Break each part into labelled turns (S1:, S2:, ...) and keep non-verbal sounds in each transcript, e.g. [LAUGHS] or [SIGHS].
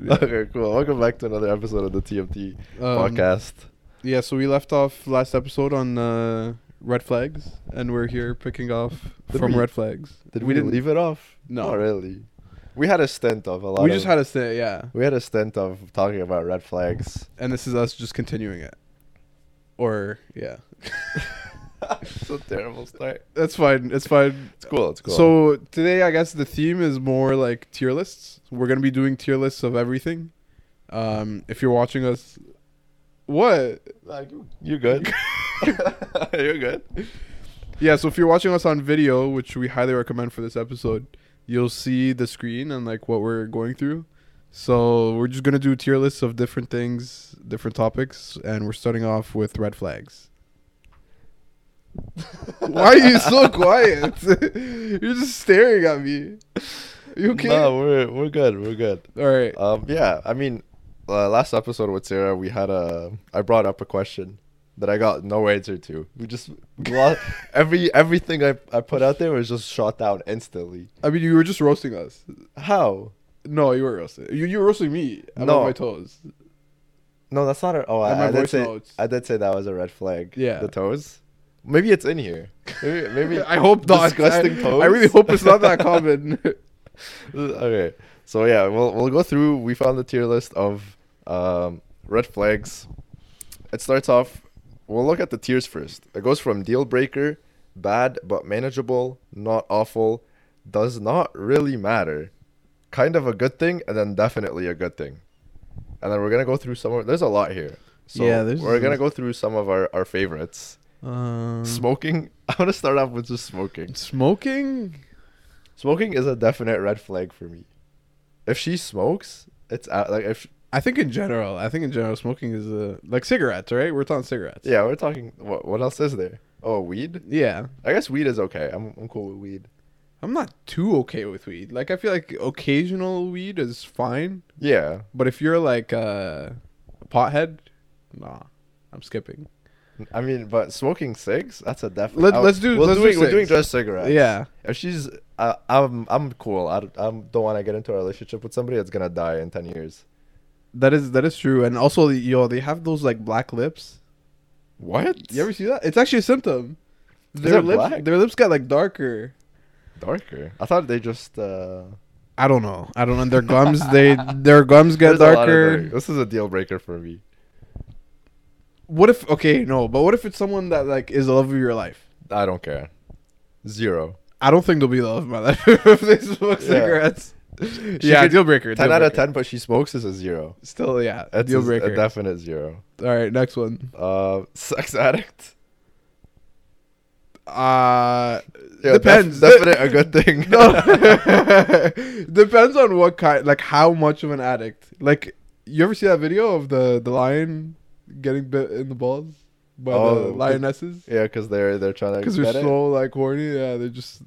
S1: [LAUGHS] Okay, cool. Welcome back to another episode of the TMT
S2: Um,
S1: podcast.
S2: Yeah, so we left off last episode on uh, red flags, and we're here picking off
S1: Did
S2: from
S1: we-
S2: red flags.
S1: Did we, leave it off?
S2: No.
S1: Not really. We had a stint of a lot.
S2: We just
S1: of-
S2: had a say, yeah,
S1: we had a stint of talking about red flags.
S2: and this is us just continuing it. Or yeah,
S1: [LAUGHS] it's a terrible start.
S2: that's fine. It's fine.
S1: It's cool. It's cool.
S2: So today, I guess the theme is more like tier lists. We're gonna be doing tier lists of everything. Um, if you're watching us, what?
S1: Like, you
S2: [LAUGHS]
S1: good? You're [LAUGHS] good.
S2: Yeah, so if you're watching us on video, which we highly recommend for this episode, you'll see the screen and like what we're going through. So we're just gonna do tier lists of different things, different topics, and we're starting off with red flags. Why are
S1: [LAUGHS]
S2: you so quiet? [LAUGHS] you're just staring at me. You okay?
S1: No, we're we're good. We're good.
S2: All right.
S1: Um, yeah. I mean, uh, last episode with Sarah, we had a. I brought up a question that I got no answer to. We just
S2: [LAUGHS]
S1: lost every everything I I put out there was just shot down instantly.
S2: I mean, you were just roasting us.
S1: How?
S2: No, you were roasting. You you were roasting me. I'm
S1: No.
S2: on my toes.
S1: No, that's not a. Oh,
S2: And
S1: I,
S2: my
S1: I did
S2: voice
S1: say
S2: notes.
S1: I did say that was a red flag.
S2: Yeah.
S1: the toes. Maybe it's in here. Maybe, maybe
S2: [LAUGHS] I hope not.
S1: Disgusting
S2: I,
S1: toes.
S2: I really hope it's not
S1: [LAUGHS]
S2: that common.
S1: okay, so yeah, we'll we'll go through. We found the tier list of um, red flags. It starts off. We'll look at the tiers first. It goes from deal breaker, bad but manageable, not awful, does not really matter, kind of a good thing, and then definitely a good thing. And then we're gonna go through some. of There's a lot here. So
S2: Yeah, there's-
S1: we're gonna go through some of our, our favorites.
S2: Um,
S1: Smoking. [LAUGHS] I want to start off with just smoking.
S2: Smoking?
S1: Smoking is a definite red flag for me. If she smokes, it's out. Like if
S2: I think in general, I think in general, smoking is a like cigarettes, right? We're talking cigarettes.
S1: yeah, we're talking. What what else is there? Oh, weed.
S2: Yeah.
S1: I guess weed is okay. I'm I'm cool with weed.
S2: I'm not too okay with weed. Like I feel like occasional weed is fine,
S1: Yeah,
S2: but if you're like uh, a pothead, nah, I'm skipping.
S1: I mean, but smoking cigs, that's a definite.
S2: Let-
S1: I-
S2: let's do-
S1: We're
S2: let's do
S1: doing we're doing
S2: cigs.
S1: just cigarettes.
S2: Yeah.
S1: If she's, I I'm I'm cool. I don't- I'm, don't want to get into a relationship with somebody that's gonna die in ten years.
S2: That is that is true. And also yo, they have those like black lips.
S1: What?
S2: You ever see that? It's actually a symptom.
S1: Is
S2: Their
S1: it
S2: lips
S1: black?
S2: their lips got like darker.
S1: darker? I thought they just. uh
S2: I don't know. I don't know. Their
S1: [LAUGHS]
S2: gums they their gums get
S1: there's a lot of
S2: darker.
S1: dark- This is a deal breaker for me.
S2: What if okay, no, but what if it's someone that like is the love of your life?
S1: I don't care. Zero.
S2: I don't think they'll be the love of my [LAUGHS] life if they smoke
S1: Yeah.
S2: cigarettes.
S1: She
S2: yeah,
S1: could-
S2: deal breaker.
S1: ten
S2: deal
S1: out of
S2: breaker.
S1: ten, but she smokes is a zero.
S2: Still, yeah,
S1: That's
S2: deal
S1: a-
S2: breaker.
S1: a definite zero.
S2: All right, next one.
S1: Uh, sex addict.
S2: Uh
S1: Yeah, def-
S2: depends. [LAUGHS]
S1: definite a good thing.
S2: No. [LAUGHS] depends on what kind, like how much of an addict. Like, you ever see that video of the the lion getting bit in the balls by
S1: Oh,
S2: the lionesses?
S1: [LAUGHS] yeah, because they're they're trying to.
S2: Because they're
S1: get it.
S2: so like horny. Yeah, they're just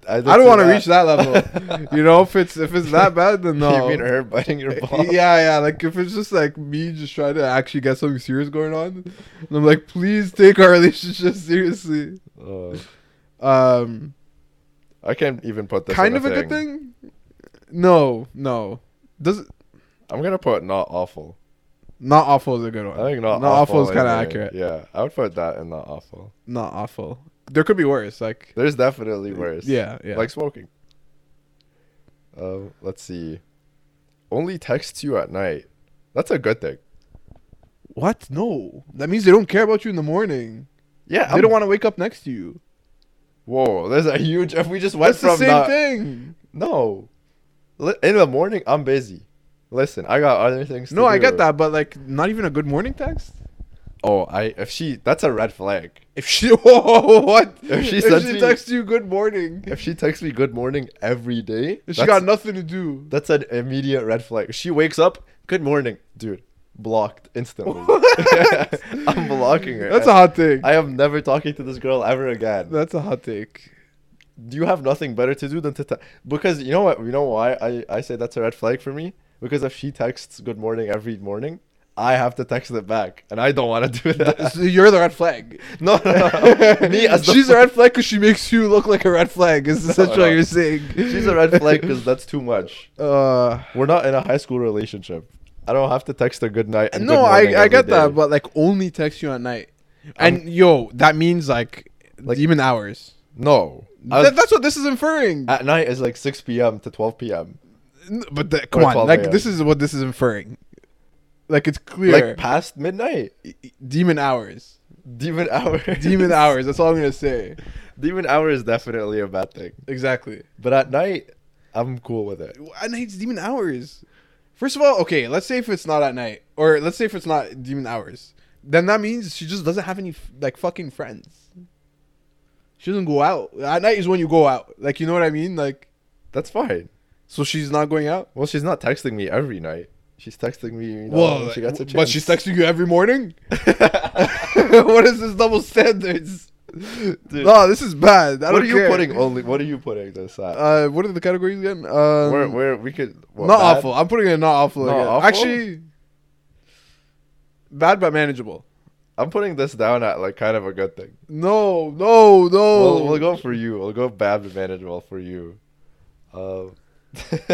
S1: did
S2: I don't
S1: see
S2: want to reach
S1: [LAUGHS]
S2: that level. you know, if it's if it's that bad, then no.
S1: You mean her biting
S2: [LAUGHS]
S1: your balls?
S2: Yeah, yeah. Like if it's just like me just trying to actually get something serious going on, and I'm like, please take our [LAUGHS] relationship seriously.
S1: Oh,
S2: Um,
S1: I can't even put this. in
S2: kind of a good thing. No, no. Does
S1: I'm gonna put not awful.
S2: not awful is a good one.
S1: I think not.
S2: not awful, is
S1: in
S2: kind of
S1: there.
S2: accurate.
S1: Yeah, I would put that in not awful.
S2: Not awful. There could be worse. Like
S1: There's definitely worse.
S2: yeah, yeah.
S1: Like smoking. Um, let's see. Only texts you at night. That's a good thing.
S2: what? No, that means they don't care about you in the morning.
S1: Yeah,
S2: They don't want to wake up next to you.
S1: Whoa, there's a huge. If we just went
S2: That's
S1: from
S2: the same
S1: not-
S2: thing.
S1: no, Li- in the morning I'm busy. Listen, I got other things. to
S2: No, I
S1: do.
S2: get that, but like, not even a good morning text.
S1: Oh, I if she that's a red flag.
S2: If she, [LAUGHS] oh, what?
S1: If she
S2: if
S1: sends
S2: she
S1: me-
S2: texts you good morning,
S1: If she texts me good morning every day,
S2: and she
S1: that's-
S2: got nothing to do.
S1: that's an immediate red flag. She wakes up, good morning, dude, blocked
S2: [LAUGHS]
S1: instantly. [LAUGHS] I'm blocking her.
S2: That's a hot take.
S1: I am never talking to this girl ever again.
S2: That's a hot take.
S1: do you have nothing better to do than to te- because you know what you know why I, I say that's a red flag for me because if she texts good morning every morning I have to text it back, and I don't want to [LAUGHS] do that.
S2: So You're the red [LAUGHS] flag.
S1: no, no, no. me as the
S2: she's a red flag because she makes you look like a red flag. Is essentially what
S1: [LAUGHS] no.
S2: you're saying.
S1: She's a red flag because that's too much.
S2: [LAUGHS] Uh,
S1: We're not in a high school relationship. I don't have to text her good night. And
S2: no,
S1: good morning
S2: I, I
S1: every
S2: get
S1: day.
S2: that, but like only text you at night, and yo, that means like,
S1: Like-
S2: even hours.
S1: no, I
S2: That, that's what this is inferring.
S1: at night is like 6 p.m. to 12 p.m.
S2: N- but the, come
S1: Or
S2: on,
S1: 12
S2: like
S1: a.m..
S2: this is what this is inferring. Like it's clear,
S1: Like past midnight,
S2: demon hours,
S1: demon [LAUGHS] hour.
S2: [LAUGHS] demon hours. That's all I'm gonna say.
S1: demon hour is definitely a bad thing.
S2: Exactly.
S1: But at night, I'm cool with it.
S2: At night's demon hours. First of all, okay, let's say if it's not at night, or let's say if it's not demon hours, then that means she just doesn't have any f- like fucking friends. She doesn't go out. At night is when you go out. Like you know what I mean? Like
S1: That's fine.
S2: so she's not going out.
S1: Well, she's not texting me every night. She's texting me. You know,
S2: Well,
S1: when she gets a chance.
S2: but she's
S1: [LAUGHS]
S2: texting you every morning. [LAUGHS] what is this double standards?
S1: Dude.
S2: No, this is bad. I
S1: what are
S2: don't
S1: you
S2: care.
S1: putting only? What are you putting this at?
S2: Uh, what are the categories again? Um,
S1: where where we could what,
S2: not
S1: bad?
S2: awful. I'm putting it not awful.
S1: Not
S2: again.
S1: awful?
S2: Actually, bad but manageable.
S1: I'm putting this down at like kind of a good thing.
S2: No, no, no.
S1: We'll, [LAUGHS] we'll go for you. We'll go bad but manageable for you. Um, [LAUGHS]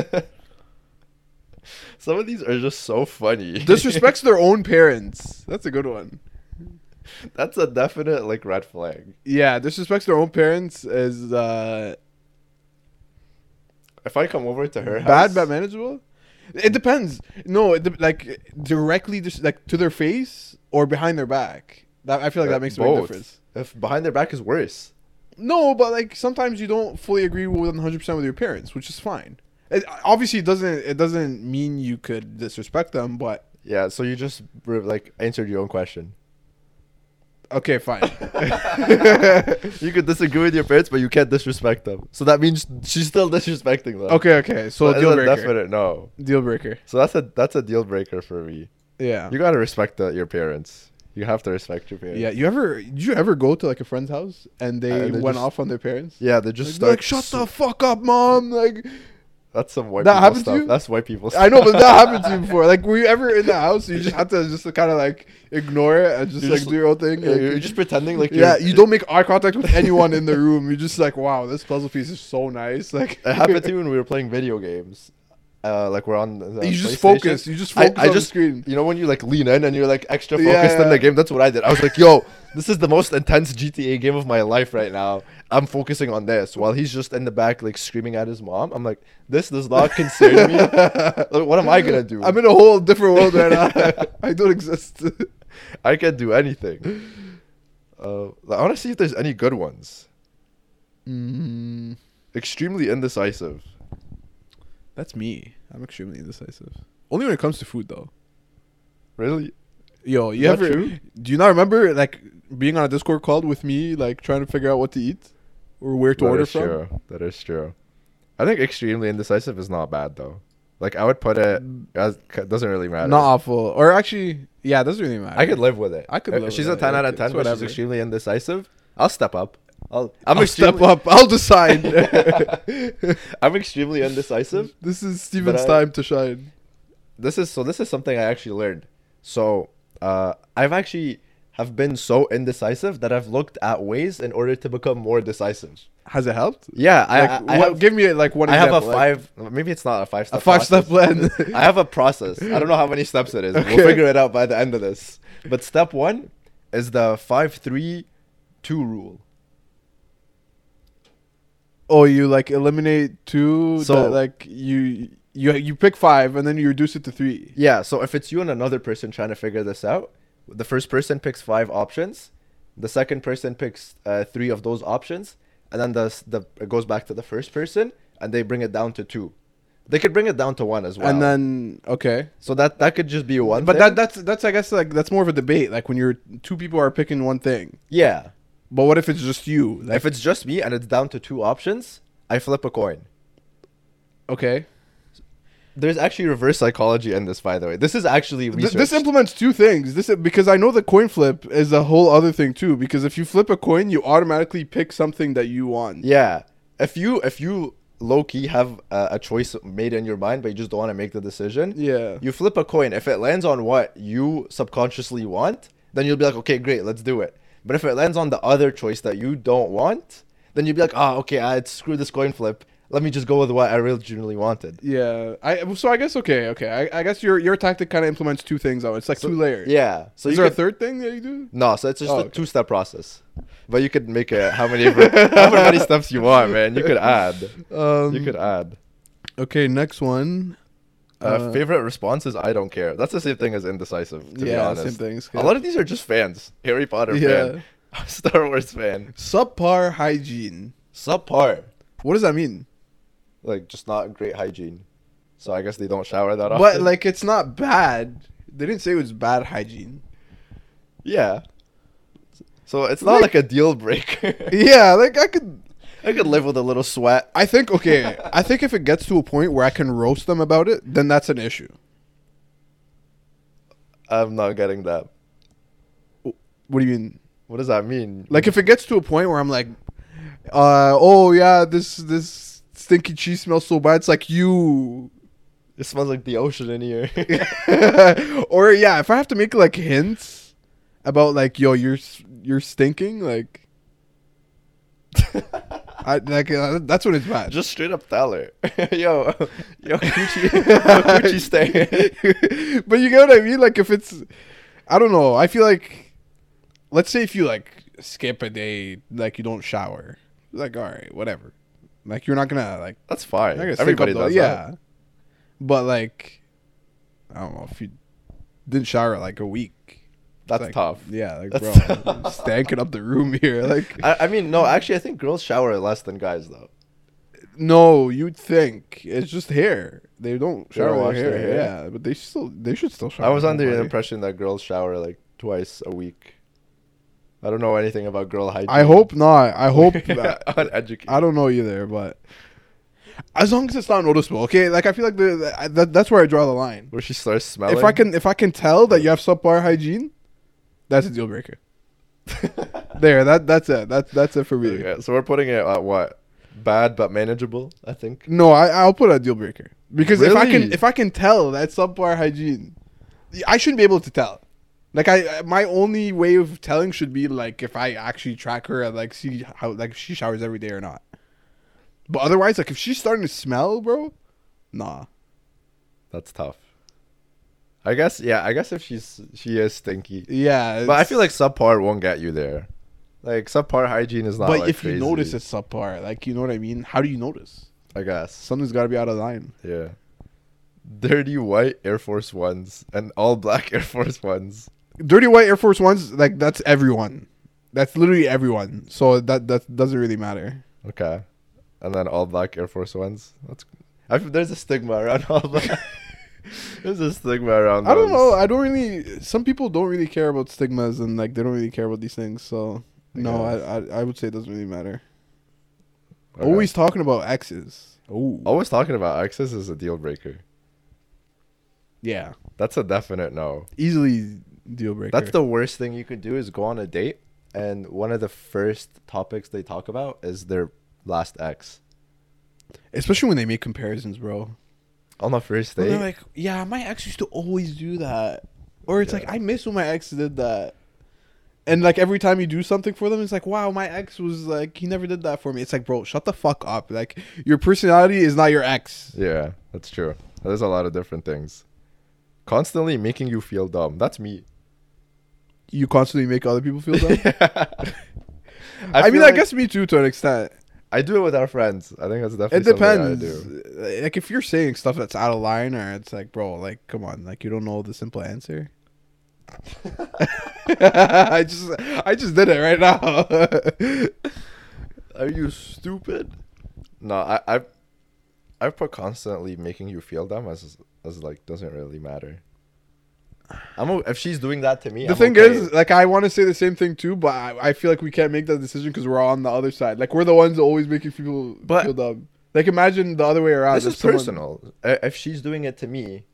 S1: some of these are just so funny.
S2: Disrespects their own parents. That's a good one.
S1: [LAUGHS] That's a definite like red flag.
S2: Yeah, disrespects their own parents is uh,
S1: If I come over to her house,
S2: bad but manageable. It depends. No, it, de- like directly, dis- like to their face or behind their back. That I feel like
S1: uh,
S2: that makes a big
S1: both.
S2: difference.
S1: If behind their back is worse.
S2: No, but like sometimes you don't fully agree with 100% with your parents, which is fine. It, obviously, it doesn't it doesn't mean you could disrespect them, but
S1: Yeah. So you just re- like answered your own
S2: [LAUGHS]
S1: question. [LAUGHS]
S2: okay, fine. [LAUGHS]
S1: you could disagree with your parents, but you can't disrespect them. So that means she's still disrespecting them.
S2: okay, okay. So
S1: That's
S2: deal
S1: a
S2: breaker.
S1: definite no.
S2: Deal breaker.
S1: So that's a that's a deal breaker for me.
S2: Yeah.
S1: You gotta respect the, your parents. You have to respect your parents.
S2: yeah. You ever did you ever go to like a friend's house and they
S1: And they
S2: went
S1: just-
S2: off on their parents?
S1: Yeah, they just
S2: Like, like shut the fuck up, mom. Like
S1: That's some white
S2: That
S1: people
S2: happened to
S1: stuff.
S2: you?
S1: That's white people stuff.
S2: I know, but that happened to me before. Like, were you ever in the house? You just had to just kind of like ignore it and just
S1: You're
S2: like
S1: just-
S2: do your own thing.
S1: [LAUGHS] Yeah,
S2: like-
S1: You're just pretending [LAUGHS] like
S2: yeah,
S1: you're,
S2: you don't make eye contact with anyone in the room. You're just like, wow, this puzzle piece is so nice. Like,
S1: It happened to
S2: [LAUGHS]
S1: me when we were playing video games. Uh, like we're on. The
S2: You just
S1: PlayStation.
S2: focus. You just focus
S1: I, I
S2: on the
S1: just,
S2: screen.
S1: You know when you like lean in and you're like extra
S2: Yeah,
S1: focused in
S2: yeah.
S1: the game. That's what I did. I was like, "Yo, this is the most intense GTA game of my life right now. I'm focusing on this while he's just in the back like screaming at his mom." I'm like, "This does not concern
S2: [LAUGHS]
S1: me. Like, what am I gonna do?
S2: I'm in a whole different world right
S1: [LAUGHS]
S2: now. [LAUGHS] I don't exist.
S1: I can't do anything." Uh, I want to see if there's any good ones.
S2: mm,
S1: Extremely indecisive.
S2: that's me. I'm extremely indecisive. Only when it comes to food, though.
S1: Really?
S2: Yo, you
S1: Is that
S2: ever?
S1: true?
S2: Do you not remember like being on a Discord call with me, like trying to figure out what to eat or where to
S1: That
S2: order
S1: is
S2: from?
S1: True. That is true. I think extremely indecisive is not bad though. Like I would put it as c- doesn't really matter.
S2: Not awful, or actually, yeah, it doesn't really matter.
S1: I could live with it.
S2: I could
S1: If
S2: live with
S1: she's
S2: it,
S1: a ten
S2: yeah,
S1: out of
S2: it's
S1: ten, but she's
S2: whatever.
S1: extremely indecisive. I'll step up. I'll. I'm
S2: I'll
S1: extremely,
S2: step up.
S1: [LAUGHS]
S2: I'll decide. [LAUGHS]
S1: I'm extremely indecisive.
S2: this is Steven's
S1: I-
S2: time to shine.
S1: This is so. This is something I actually learned. So uh, I've actually have been so indecisive that I've looked at ways in order to become more decisive.
S2: Has it helped?
S1: Yeah, I,
S2: Like,
S1: I, I
S2: what-
S1: have,
S2: give me like one.
S1: I have
S2: Example.
S1: a
S2: like-
S1: five. Maybe it's not a five.
S2: a five step plan.
S1: [LAUGHS] I have a process. I don't know how many steps it is.
S2: Okay.
S1: We'll figure it out by the end of this. But step one is the five three two rule.
S2: oh, you like eliminate two.
S1: So-
S2: that, like you you you pick five and then you reduce it to three.
S1: Yeah, so if it's you and another person trying to figure this out, the first person picks five options, the second person picks uh, three of those options, and then the, s- the it goes back to the first person and they bring it down to two. They could bring it down to one as well.
S2: And then okay,
S1: so that that could just be one.
S2: but
S1: thing.
S2: that that's that's I guess like that's more of a debate. Like when you're two people are picking one thing.
S1: yeah.
S2: But what if it's just you? Like
S1: If it's just me and it's down to two options, I flip a coin.
S2: okay,
S1: There's actually reverse psychology in this, by the way. This is actually
S2: Th-
S1: research.
S2: this implements two things. This because I know the coin flip is a whole other thing too. Because if you flip a coin, you automatically pick something that you want.
S1: yeah. If you if you low key have a, a choice made in your mind, but you just don't want to make the decision.
S2: Yeah.
S1: You flip a coin. If it lands on what you subconsciously want, then you'll be like, okay, great, let's do it. But if it lands on the other choice that you don't want, then you'll be like, ah, okay, I screw this coin flip. Let me just go with what I originally wanted.
S2: Yeah. I so I guess okay, okay. I, I guess your your tactic kind of implements two things though. It's like two layers.
S1: Yeah. So
S2: Is
S1: you
S2: there a
S1: could-
S2: third thing that you do?
S1: No, so it's just
S2: Oh,
S1: a
S2: okay.
S1: two-step process. But you could make a how many how many steps you want, man.
S2: [LAUGHS]
S1: You could add.
S2: Um,
S1: you could add.
S2: Okay, next one.
S1: Uh, favorite response is I don't care. That's the same thing as indecisive. To be
S2: Yeah,
S1: honest.
S2: same things,
S1: A
S2: yeah.
S1: lot of these are just fans. Harry Potter
S2: Yeah.
S1: fan, [LAUGHS] Star Wars fan,
S2: subpar hygiene.
S1: subpar,
S2: What does that mean?
S1: like just not great hygiene. So I guess they don't shower that often.
S2: But like, it's not bad. They didn't say it was bad hygiene.
S1: yeah. So it's not
S2: Like-
S1: like, a deal
S2: [LAUGHS]
S1: breaker.
S2: [LAUGHS]
S1: [LAUGHS]
S2: Yeah, like I could.
S1: I could live with a little sweat.
S2: I think okay. I think if it gets to a point where I can roast them about it, then that's an issue.
S1: I'm not getting that.
S2: What do you mean?
S1: What does that mean?
S2: Like if it gets to a point where I'm like, uh, oh yeah, this this stinky cheese smells so bad. It's like you.
S1: it smells like the ocean in here.
S2: [LAUGHS]
S1: [LAUGHS]
S2: or yeah, if I have to make like hints about like yo, you're s- you're stinking like. I like uh, that's when it's
S1: [LAUGHS]
S2: bad. [LAUGHS]
S1: Just straight up tell her, [LAUGHS] yo, yo, [LAUGHS] coochie, yo,
S2: [LAUGHS]
S1: coochie stay. [LAUGHS]
S2: but you get what I mean? Like if it's I don't know, I feel like let's say if you like skip a day, like you don't shower. Like, all right, whatever. Like you're not gonna like
S1: That's
S2: you're
S1: fine.
S2: not gonna stink
S1: Everybody
S2: up the-
S1: does
S2: yeah.
S1: that.
S2: But like I don't know, if you didn't shower like a week.
S1: That's
S2: like,
S1: tough.
S2: Yeah, like
S1: That's
S2: bro,
S1: tough.
S2: I'm stanking up the room
S1: [LAUGHS]
S2: here. Like
S1: I, I mean, no, actually, I think girls shower less than guys though.
S2: no, you'd think it's just hair. They
S1: They
S2: don't
S1: don't
S2: shower
S1: wash
S2: their
S1: their
S2: hair.
S1: hair.
S2: Yeah, but they still they should still shower.
S1: I was
S2: their
S1: under the
S2: body.
S1: impression that girls shower like twice a week. I don't know anything about girl hygiene. [LAUGHS]
S2: I hope not. I hope.
S1: uneducated.
S2: I don't know either, but as long as it's not noticeable, okay. Like I feel like the, the, I- that, that's where I draw the line.
S1: Where she starts smelling.
S2: If
S1: [LAUGHS]
S2: I can, if I can tell that you have subpar hygiene, that's a deal breaker. there, that that's it. That's that's it for me.
S1: Okay, so we're putting it at what? Bad but manageable. I think.
S2: No, I I'll put a deal breaker because if I can
S1: Really?
S2: if I can tell that subpar hygiene, I shouldn't be able to tell. Like I, my only way of telling should be like if I actually track her and like see how like if she showers every day or not. But otherwise, like if she's starting to smell, bro, nah.
S1: That's tough. I guess. Yeah. I guess if she's she is stinky.
S2: Yeah,
S1: But I
S2: it's-
S1: feel like subpar won't get you there. Like subpar hygiene is not.
S2: but
S1: like,
S2: if you
S1: crazy,
S2: notice it's subpar, like you know what I mean. How do you notice?
S1: I guess.
S2: Something's got to be out of line.
S1: Yeah. Dirty white Air Force Ones and all black [LAUGHS] Air Force Ones.
S2: Dirty white Air Force Ones, like that's everyone. That's literally everyone. So that that doesn't really matter.
S1: Okay. And then all black Air Force Ones. That's. I, f- there's a stigma around all black. [LAUGHS] there's a stigma around.
S2: I don't
S1: those.
S2: know. I don't really. Some people don't really care about stigmas and like they don't really care about these things. So no,
S1: Yeah.
S2: I, I I would say it doesn't really matter.
S1: Okay.
S2: Always talking about exes. Oh
S1: Always talking about exes is a deal breaker.
S2: yeah,
S1: That's a definite no.
S2: easily deal breaker.
S1: That's the worst thing you could do is go on a date and one of the first topics they talk about is their last ex.
S2: especially when they make comparisons, bro.
S1: On the first
S2: When
S1: date.
S2: They're like, yeah, my ex used to always do that, or it's like
S1: Yeah.
S2: I miss when my ex did that. And like every time you do something for them, it's like, wow, my ex was like, he never did that for me. It's like, bro, shut the fuck up. Like, your personality is not your ex.
S1: Yeah, that's true. There's a lot of different things. Constantly making you feel dumb. That's
S2: [LAUGHS]
S1: me.
S2: You constantly make other
S1: [LAUGHS]
S2: people feel dumb. I,
S1: feel
S2: mean, I
S1: like
S2: guess me too to an extent.
S1: I do it with our friends. I think that's definitely
S2: It depends.
S1: Something I do.
S2: Like if you're saying stuff that's out of line, or it's like, bro, like come on, like you don't know the simple answer. [LAUGHS] I just, I just did it right now. [LAUGHS]
S1: Are you stupid? No, I I I put constantly making you feel dumb as as like doesn't really matter. I'm o- if she's doing that to me.
S2: the
S1: I'm
S2: thing
S1: okay.
S2: is, like, I want to say the same thing too, but I, I feel like we can't make that decision because we're on the other side. Like we're the ones always making people
S1: But-
S2: feel dumb. Like imagine the other way around.
S1: this
S2: if
S1: is
S2: Ah, someone-
S1: personal. I- If she's doing it to me,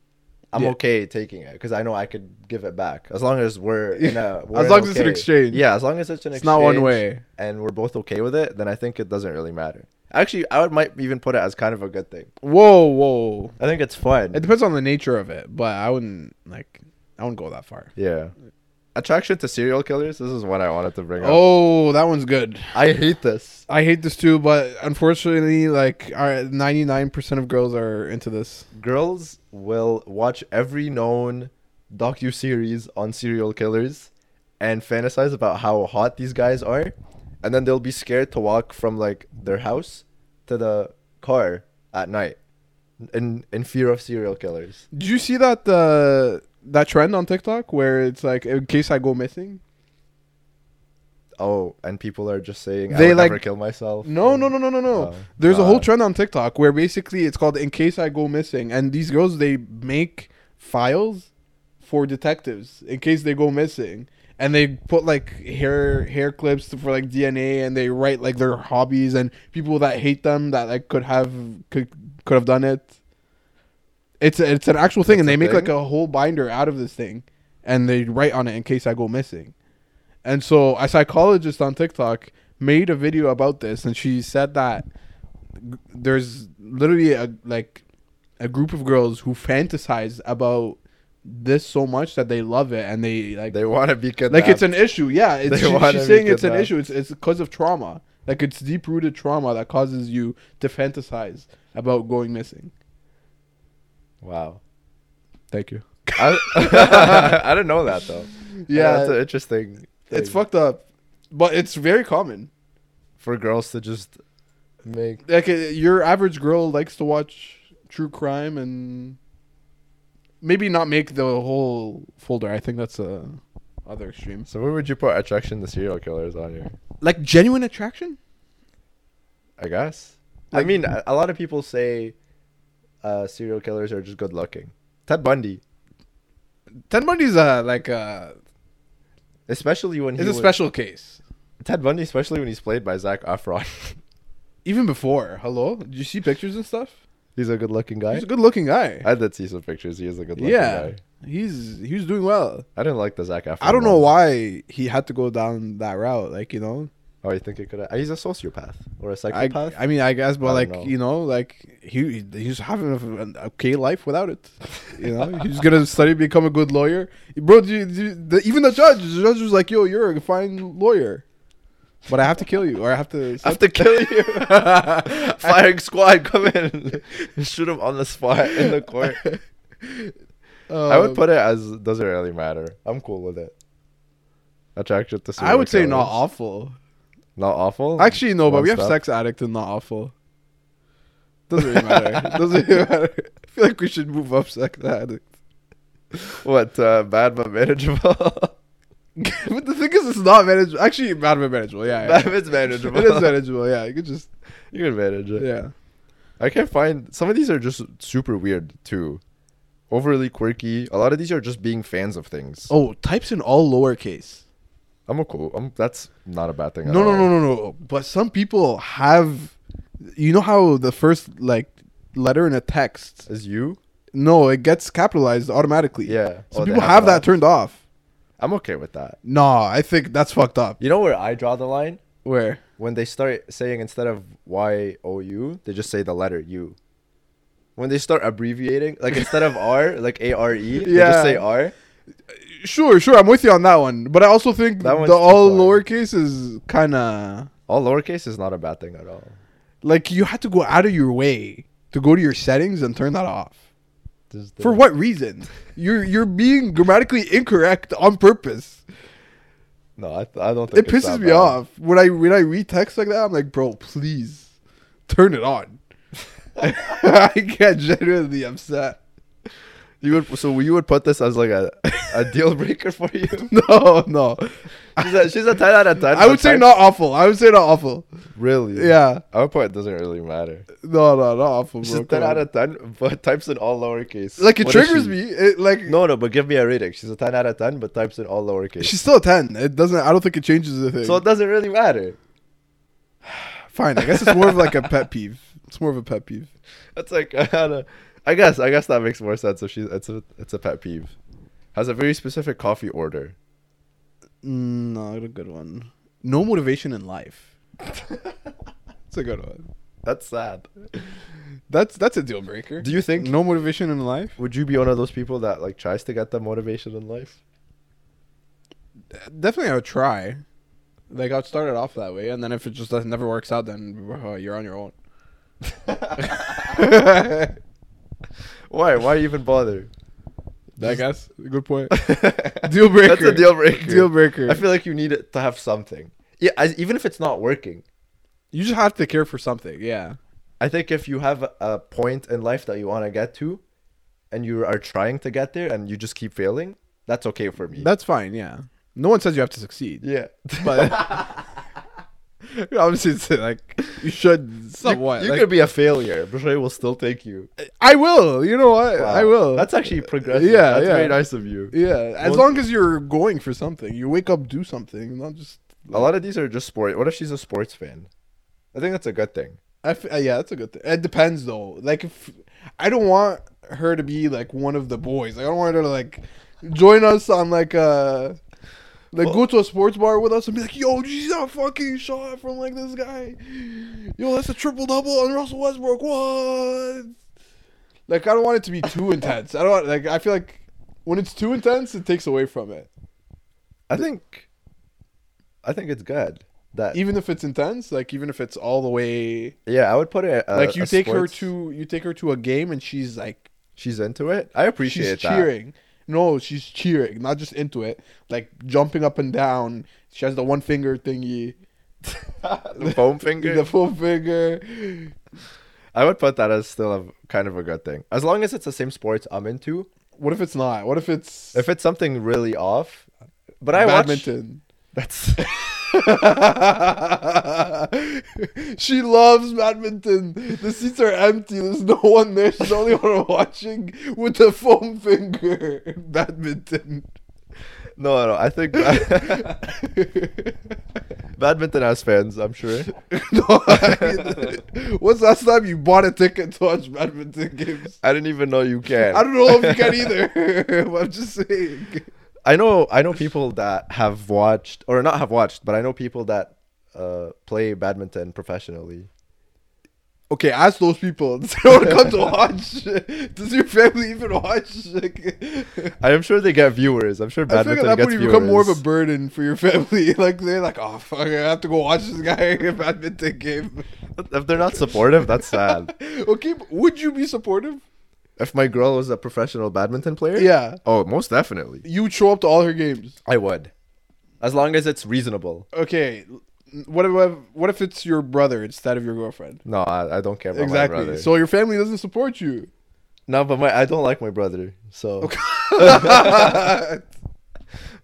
S1: I'm
S2: Yeah.
S1: okay taking it because I know I could give it back as long as we're in
S2: [LAUGHS]
S1: a. we're
S2: As
S1: in
S2: long as it's an
S1: okay.
S2: exchange.
S1: Yeah, as long as it's an
S2: It's
S1: exchange.
S2: not one way.
S1: And we're both okay with it, then I think it doesn't really matter. Actually, I would might even put it as kind of a good thing.
S2: Whoa, whoa.
S1: I think it's fun.
S2: It depends on the nature of it, but I wouldn't like. I wouldn't go that far.
S1: yeah. Attraction to serial killers. This is what I wanted to bring up.
S2: Oh, that one's good.
S1: I hate this.
S2: I hate this too, but unfortunately, like, ninety nine percent of girls are into this.
S1: Girls will watch every known docu series on serial killers and fantasize about how hot these guys are, and then they'll be scared to walk from like their house to the car at night in in fear of serial killers.
S2: Did you see that uh, that trend on TikTok where it's like, in case I go missing?
S1: Oh, and people are just saying I
S2: They,
S1: would
S2: like-
S1: never kill myself.
S2: No,
S1: and-
S2: no, no, no, no, no.
S1: Oh,
S2: There's a whole
S1: God.
S2: trend on TikTok where basically it's called "In Case I Go Missing," and these girls they make files for detectives in case they go missing, and they put like hair hair clips for like DNA, and they write like their hobbies and people that hate them that like could have could could have done it. It's a, it's an actual thing, and
S1: That's
S2: they
S1: a
S2: make like
S1: thing?
S2: a whole binder out of this thing, and they write on it in case I go missing. And so a psychologist on TikTok made a video about this, and she said that g- there's literally a like a group of girls who fantasize about this so much that they love it and they like
S1: They want to be kidnapped.
S2: like it's an issue. Yeah, it's,
S1: They
S2: she-
S1: wanna be
S2: she's saying it's an
S1: kidnapped.
S2: issue. It's it's because of trauma. Like it's deep rooted trauma that causes you to fantasize about going missing. [LAUGHS]
S1: wow.
S2: Thank you.
S1: [LAUGHS] I, I didn't know that though.
S2: Yeah,
S1: Uh, that's an interesting.
S2: it's
S1: thing.
S2: fucked up, but it's very common.
S1: for girls to just make
S2: like uh, your average girl likes to watch true crime and maybe not make the whole folder. I think that's a other extreme.
S1: so where would you put attraction to serial killers on here
S2: Like genuine attraction?
S1: i guess i
S2: Like-
S1: mean a, a lot of people say uh serial killers are just good looking ted bundy
S2: Ted Bundy's a like a
S1: especially when
S2: it's
S1: he's
S2: a special case.
S1: ted bundy especially when he's played by zach efron [LAUGHS]
S2: Even before, hello, did you see pictures and stuff?
S1: he's a good looking guy
S2: He's a good-looking guy.
S1: i did see some pictures he is a good looking
S2: yeah,
S1: guy
S2: he's he was doing well.
S1: i didn't like the zach efron
S2: I don't know
S1: one.
S2: why he had to go down that route. Like you know,
S1: oh you think it could he's a sociopath or a
S2: I,
S1: psychopath
S2: I mean, I guess, but
S1: I
S2: like
S1: don't know.
S2: you know, like he he's having a, a okay life without it. You know, he's gonna study, become a good lawyer, bro. Do you, do you- the, even the judge, the judge was like, "Yo, you're a fine lawyer, but I have to kill you, or I have
S1: [LAUGHS]
S2: to."
S1: I have to kill
S2: [LAUGHS]
S1: you. [LAUGHS] Firing squad, come in. [LAUGHS] Shoot him on the spot in the court.
S2: [LAUGHS]
S1: I
S2: Um,
S1: would put it as doesn't really matter. I'm cool with it. Attraction to
S2: Um, I would say
S1: serial
S2: not
S1: killers.
S2: awful.
S1: Not awful.
S2: Actually, no, but
S1: One
S2: we have
S1: stop.
S2: sex addict and not awful. Doesn't really matter. [LAUGHS] Doesn't really matter. I feel like we should move up sex addict.
S1: [LAUGHS]
S2: [LAUGHS]
S1: What uh, bad but manageable?
S2: but the thing is, it's not manageable. Actually, not manageable. Yeah, yeah.
S1: Bad it's manageable. [LAUGHS]
S2: it is manageable. Yeah, you could just
S1: You can manage it.
S2: yeah.
S1: I can't find some of these are just super weird too, overly quirky. A lot of these are just being fans of things.
S2: Oh, types in all lowercase.
S1: I'm a cool. I'm that's not a bad thing.
S2: No,
S1: at
S2: no,
S1: all.
S2: no, no, no. But some people have, you know how the first like letter in a text,
S1: Is you?
S2: no, it gets capitalized automatically.
S1: Yeah.
S2: Some
S1: Oh, they
S2: people have
S1: it
S2: that
S1: on.
S2: turned off.
S1: I'm okay with that.
S2: Nah, I think that's fucked up.
S1: You know where I draw the line?
S2: Where?
S1: when they start saying instead of Y O U, they just say the letter U. When they start abbreviating, like instead
S2: [LAUGHS]
S1: of R, like A R E, they
S2: Yeah.
S1: just say R.
S2: Sure, sure. I'm with you on that one. But I also think
S1: That one's
S2: the
S1: too
S2: all
S1: far.
S2: lowercase is kind of
S1: All lowercase is not a bad thing at all.
S2: like you had to go out of your way to go to your settings and turn that off.
S1: Just the-
S2: For what reason? You're you're being grammatically incorrect on purpose.
S1: No, I, th- I don't think
S2: it
S1: it's
S2: pisses
S1: that
S2: me
S1: bad.
S2: off when I when I read text like that. I'm like, bro, please turn it on. [LAUGHS] I get genuinely upset. [LAUGHS]
S1: You would so you would put this as like a, a deal breaker for you.
S2: No, no.
S1: She's a, she's a ten out of ten.
S2: [LAUGHS] I would say
S1: sometimes.
S2: not awful. I would say not awful.
S1: Really?
S2: Yeah.
S1: I would put it doesn't really matter.
S2: No, no, not awful,
S1: She's
S2: bro.
S1: a ten
S2: Come on.
S1: out of ten, but types in all lowercase.
S2: like it
S1: What is
S2: triggers
S1: she?
S2: me. It, like
S1: No, no, but give me a rating. She's a ten out of ten, but types in all lowercase.
S2: she's still a ten. It doesn't. I don't think it changes the thing.
S1: So it doesn't really matter.
S2: Fine. I guess it's more of like a pet peeve. It's more of a pet peeve.
S1: That's like [LAUGHS] I gotta, I guess I guess that makes more sense if she's it's a it's a pet peeve. Has a very specific coffee order. [LAUGHS]
S2: Mm, not a good one. No motivation in life. It's a good one.
S1: That's sad.
S2: That's that's a deal breaker.
S1: Do you think?
S2: no motivation in life?
S1: Would you be one of those people that like tries to get that motivation in life?
S2: Definitely, I would try. Like I'd start it off that way, and then if it just doesn't- never works out, then uh, you're on your own.
S1: [LAUGHS] Why? Why even [LAUGHS] bother?
S2: I guess.
S1: [LAUGHS]
S2: Good point.
S1: deal
S2: Deal
S1: That's a
S2: breaker.
S1: deal breaker.
S2: Deal breaker.
S1: I feel like you need it to have something. Yeah, as, even if it's not working.
S2: you just have to care for something. Yeah.
S1: I think if you have a point in life that you want to get to, and you are trying to get there, and you just keep failing, that's okay for me.
S2: That's fine. Yeah. No one says you have to succeed,
S1: yeah,
S2: but [LAUGHS]
S1: [LAUGHS]
S2: obviously, it's like you should somewhat.
S1: you,
S2: like-
S1: could be a failure, but I will still take you.
S2: I will. You know what? I
S1: Wow.
S2: will.
S1: That's actually progressive.
S2: Yeah,
S1: Yeah, that's
S2: yeah.
S1: very nice of you.
S2: yeah. As
S1: Well-
S2: long as you're going for something, you wake up, do something, not just.
S1: A lot of these are just sport. What if she's a sports fan? I think that's a good thing.
S2: I f- uh, yeah, that's a good thing. It depends though. Like if I don't want her to be like one of the boys. Like, I don't want her to like join us on like uh like go to a sports bar with us and be like, yo, did you see that fucking shot from like this guy? Yo, that's a triple double on Russell Westbrook. What? Like I don't want it to
S1: [LAUGHS]
S2: be too intense. I don't want, like I feel like when it's too intense, it takes away from it.
S1: I think, I think it's good that
S2: Even if it's intense, like even if it's all the way
S1: yeah, I would put it a,
S2: like you
S1: a
S2: take
S1: sports-
S2: her to you take her to a game and she's like
S1: She's into it. I appreciate
S2: she's
S1: that.
S2: cheering. No, she's cheering, not just into it. Like jumping up and down. She has the one finger thingy,
S1: [LAUGHS] the
S2: [LAUGHS]
S1: foam finger.
S2: the full finger.
S1: I would put that as still a kind of a good thing, as long as it's the same sports I'm into.
S2: What if it's not? What if it's
S1: If it's something really off, but I watch
S2: badminton?
S1: [LAUGHS]
S2: [LAUGHS]
S1: that's
S2: she loves badminton. The seats are empty. There's no one there. She's the only [LAUGHS] one watching with the foam finger
S1: [LAUGHS]
S2: [LAUGHS] badminton.
S1: no, no. I think [LAUGHS] ba- badminton has fans. I'm sure.
S2: no, [LAUGHS] I mean, what's the last time you bought a ticket to watch badminton games?
S1: I didn't even know you can.
S2: I don't know if you can either. [LAUGHS] but I'm just saying.
S1: [LAUGHS] I know I know people that have watched or not have watched, but I know people that uh, play badminton professionally.
S2: Okay, ask those people. [LAUGHS] Does anyone come to watch? [LAUGHS] Does your family even watch? [LAUGHS] Like,
S1: I am sure they get viewers. I'm sure
S2: I feel like
S1: badminton
S2: at that
S1: gets
S2: point you
S1: viewers.
S2: become more of a burden for your [LAUGHS] family. Like they're like, oh fuck, I have to go watch this guy [LAUGHS] in a badminton game.
S1: if they're not supportive, that's sad.
S2: [LAUGHS] okay, but would you be supportive?
S1: if my girl was a professional badminton player,
S2: Yeah,
S1: Oh, most definitely.
S2: you would show up to all her games.
S1: I would. As long as it's reasonable.
S2: Okay, what if what if it's your brother instead of your girlfriend?
S1: No, I, I don't care about Oh, my
S2: Exactly.
S1: brother.
S2: So your family doesn't support
S1: [LAUGHS]
S2: you.
S1: no, but my I don't like my brother. So [LAUGHS] I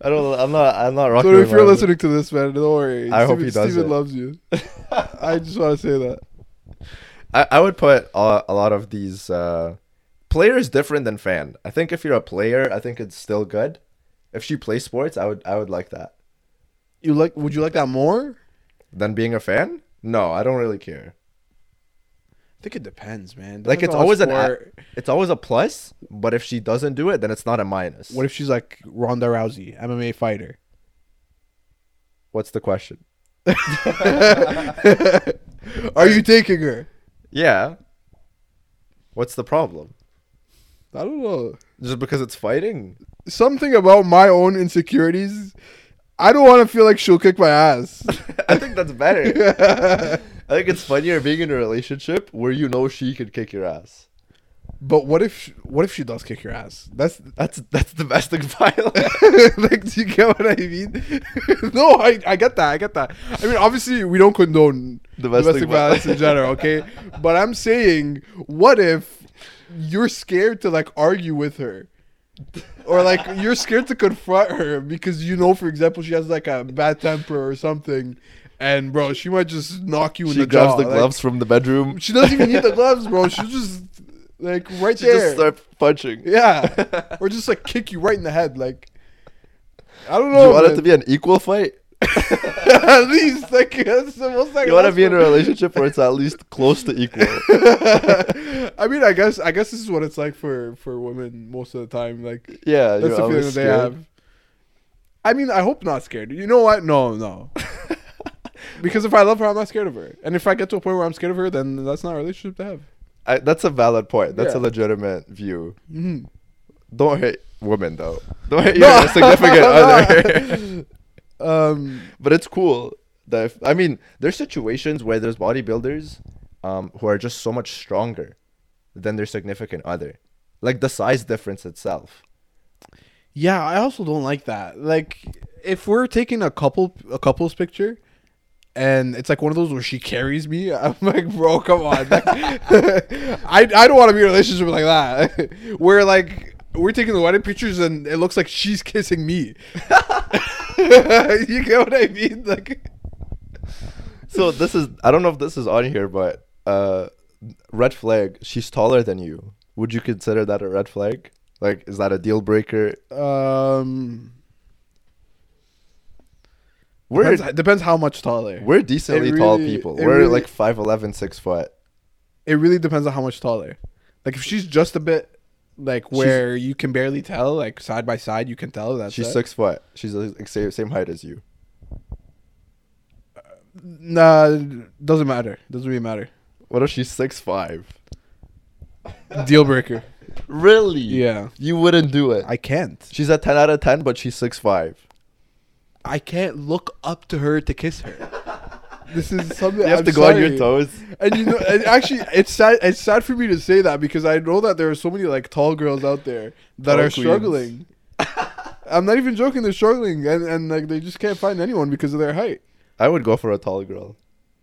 S1: don't I'm not I'm not rocking
S2: So if
S1: with
S2: you're
S1: my-
S2: listening to this, man, don't worry.
S1: I hope he does
S2: Steven
S1: it. [LAUGHS]
S2: loves you. I just want to say that.
S1: I, I would put a, a lot of these uh player is different than fan. I think if you're a player, I think it's still good. If she plays sports, I would I would like that.
S2: You like? Would you like that more?
S1: Than being a fan? No, I don't really care.
S2: I think it depends, man.
S1: Like
S2: Depends
S1: it's
S2: on what
S1: always an a,
S2: sport.
S1: it's always a plus, but if she doesn't do it, then it's not a minus.
S2: What if she's like Ronda Rousey, MMA fighter?
S1: What's the question?
S2: [LAUGHS] Are you taking her?
S1: Yeah. What's the problem?
S2: I don't know.
S1: Just because it's fighting?
S2: Something about my own insecurities. I don't want to feel like she'll kick my ass.
S1: [LAUGHS] I think that's
S2: [LAUGHS]
S1: better. I think it's funnier being in a relationship where you know she could kick your ass.
S2: but what if? What if she does kick your ass? That's [LAUGHS]
S1: That's that's [LAUGHS] domestic violence.
S2: like, do you get what I mean? [LAUGHS] no, I, I get that. I get that. I mean, obviously, we don't condone
S1: Domestic
S2: domestic,
S1: vi- [LAUGHS]
S2: violence in general, okay? But I'm saying, what if you're scared to like argue with her? or like you're scared to confront her because you know, for example, she has like a bad temper or something, and bro, she might just knock you in
S1: she
S2: the
S1: grabs
S2: jaw.
S1: the
S2: like,
S1: gloves from the bedroom.
S2: she doesn't even need the gloves, bro. She'll just like
S1: [LAUGHS]
S2: right
S1: She
S2: there.
S1: just start punching. [LAUGHS]
S2: Yeah. or just like kick you right in the head. Like, I don't
S1: Do
S2: know.
S1: you want it
S2: man.
S1: to be an equal fight?
S2: [LAUGHS] at
S1: [LAUGHS]
S2: least like [LAUGHS] that's the most I
S1: You
S2: can
S1: want to
S2: ask
S1: be in a
S2: for.
S1: relationship
S2: [LAUGHS]
S1: where it's at least close to equal.
S2: I mean, I guess I guess this is what it's like for for women most of the time. Like
S1: Yeah,
S2: that's the feeling
S1: always
S2: that they
S1: scared. [LAUGHS]
S2: have. I mean, I hope not scared. You know what? No, no. because if I love her, I'm not scared of her. And if I get to a point where I'm scared of her, then that's not a relationship to have.
S1: I, that's a valid point. That's a
S2: Yeah.
S1: legitimate view.
S2: Mhm.
S1: Don't hate women though. Don't [LAUGHS] hate your significant
S2: [LAUGHS]
S1: other.
S2: Um,
S1: [LAUGHS] but it's cool that if, I mean, there's situations where there's bodybuilders um, who are just so much stronger than their significant other, like the size difference [LAUGHS] itself.
S2: yeah, I also don't like that. Like, if we're taking a couple a couple's picture, and it's like one of those where she carries me, [LAUGHS] I'm like, bro, come on. Like, [LAUGHS] I I don't want to be in a relationship like that. [LAUGHS] where like we're taking the wedding pictures and it looks like she's kissing me. you get what I mean? Like.
S1: [LAUGHS] So this is I don't know if this is on here, but uh, red flag. She's taller than you. Would you consider that a red flag? Like, is that a deal breaker?
S2: Um,
S1: We're
S2: depends, depends how much taller.
S1: we're decently tall
S2: really-
S1: people.
S2: it
S1: We're
S2: really-
S1: like 5'11", 6 foot.
S2: it really depends on how much taller. Like if she's just a bit, like where you can barely tell, like side by side, you can tell that's
S1: She's
S2: it.
S1: six foot. She's the ex- same, same height as you.
S2: Nah, doesn't matter. Doesn't
S1: [LAUGHS]
S2: really matter.
S1: What if she's six five?
S2: Deal breaker.
S1: Really?
S2: Yeah.
S1: You wouldn't do it.
S2: I can't.
S1: she's a ten out of ten, but she's six five.
S2: I can't look up to her to kiss her.
S1: [LAUGHS]
S2: This is something
S1: You have
S2: I'm
S1: to go on your
S2: sorry.
S1: toes.
S2: And you know,
S1: [LAUGHS]
S2: and actually, it's sad. It's sad for me to say that because I know that there are so many like tall girls out there that
S1: Tall
S2: are
S1: queens.
S2: struggling. I'm not even joking. They're struggling, and, and like they just can't find anyone because of their height.
S1: I would go for a tall girl.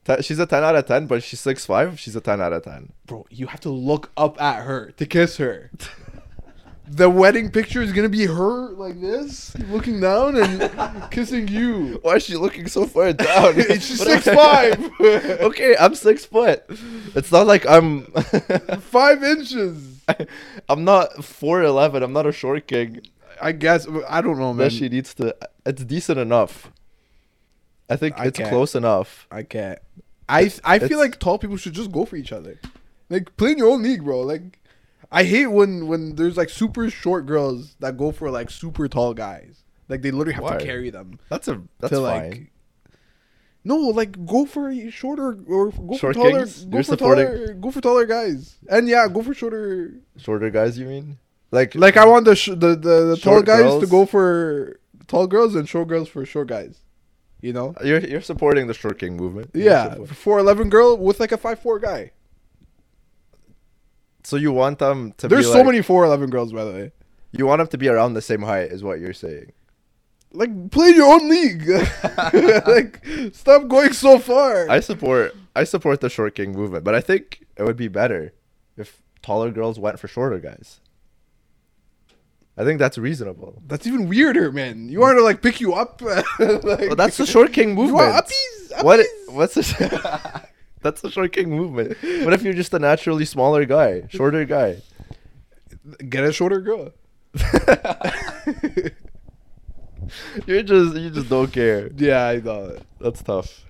S1: Te- she's a ten out of ten, but she's six five. She's a ten out of ten.
S2: Bro, you have to look up at her to
S1: [LAUGHS]
S2: kiss her. the wedding picture is gonna be her like this, looking down
S1: [LAUGHS]
S2: and kissing you.
S1: Why is she looking so far down?
S2: [LAUGHS] She's
S1: What am
S2: 6'5".
S1: I- [LAUGHS] okay, I'm six foot. It's not like I'm. [LAUGHS]
S2: Five inches.
S1: I'm not four eleven. I'm not a short king.
S2: I guess I don't know, man.
S1: That she needs to. It's decent enough. I think
S2: I
S1: it's
S2: can't.
S1: close enough.
S2: I can't. I I feel
S1: it's-
S2: like tall people should just go for each other. Like play in your own league, bro. Like I hate when when there's like super short girls that go for like super tall guys. Like they literally have
S1: Why?
S2: to carry them.
S1: That's a. That's
S2: to,
S1: fine.
S2: like, No, like go for a shorter or go
S1: Short
S2: for taller.
S1: kings?
S2: Go
S1: You're
S2: for
S1: supporting-
S2: taller. Go for taller guys. And yeah, go for shorter.
S1: Shorter guys, you mean? Like,
S2: Like I want the sh- the the, the tall
S1: Short
S2: guys to
S1: girls?
S2: go for tall girls and short girls for short guys. You know.
S1: you're you're supporting the short king movement. You're
S2: Yeah,
S1: support-
S2: four eleven girl with like a five four guy.
S1: So you want them to
S2: There's
S1: be
S2: so
S1: like-
S2: many 411 girls, by the way.
S1: You want them to be around the same height, is what you're saying.
S2: Like, play your own league. [LAUGHS] like, stop going so far.
S1: I support I support the short king movement, but I think it would be better if taller girls went for shorter guys. I think that's reasonable.
S2: that's even weirder, man. You want her to like pick you up? [LAUGHS] like,
S1: Well, that's the short king
S2: You
S1: movement.
S2: want uppies?
S1: What?
S2: Uppies?
S1: What's
S2: [LAUGHS]
S1: the? [LAUGHS] that's the short king movement. What if you're just a naturally smaller guy, shorter guy? [LAUGHS]
S2: Get a shorter girl. [LAUGHS]
S1: You're just you just don't care.
S2: Yeah, I know.
S1: That's tough.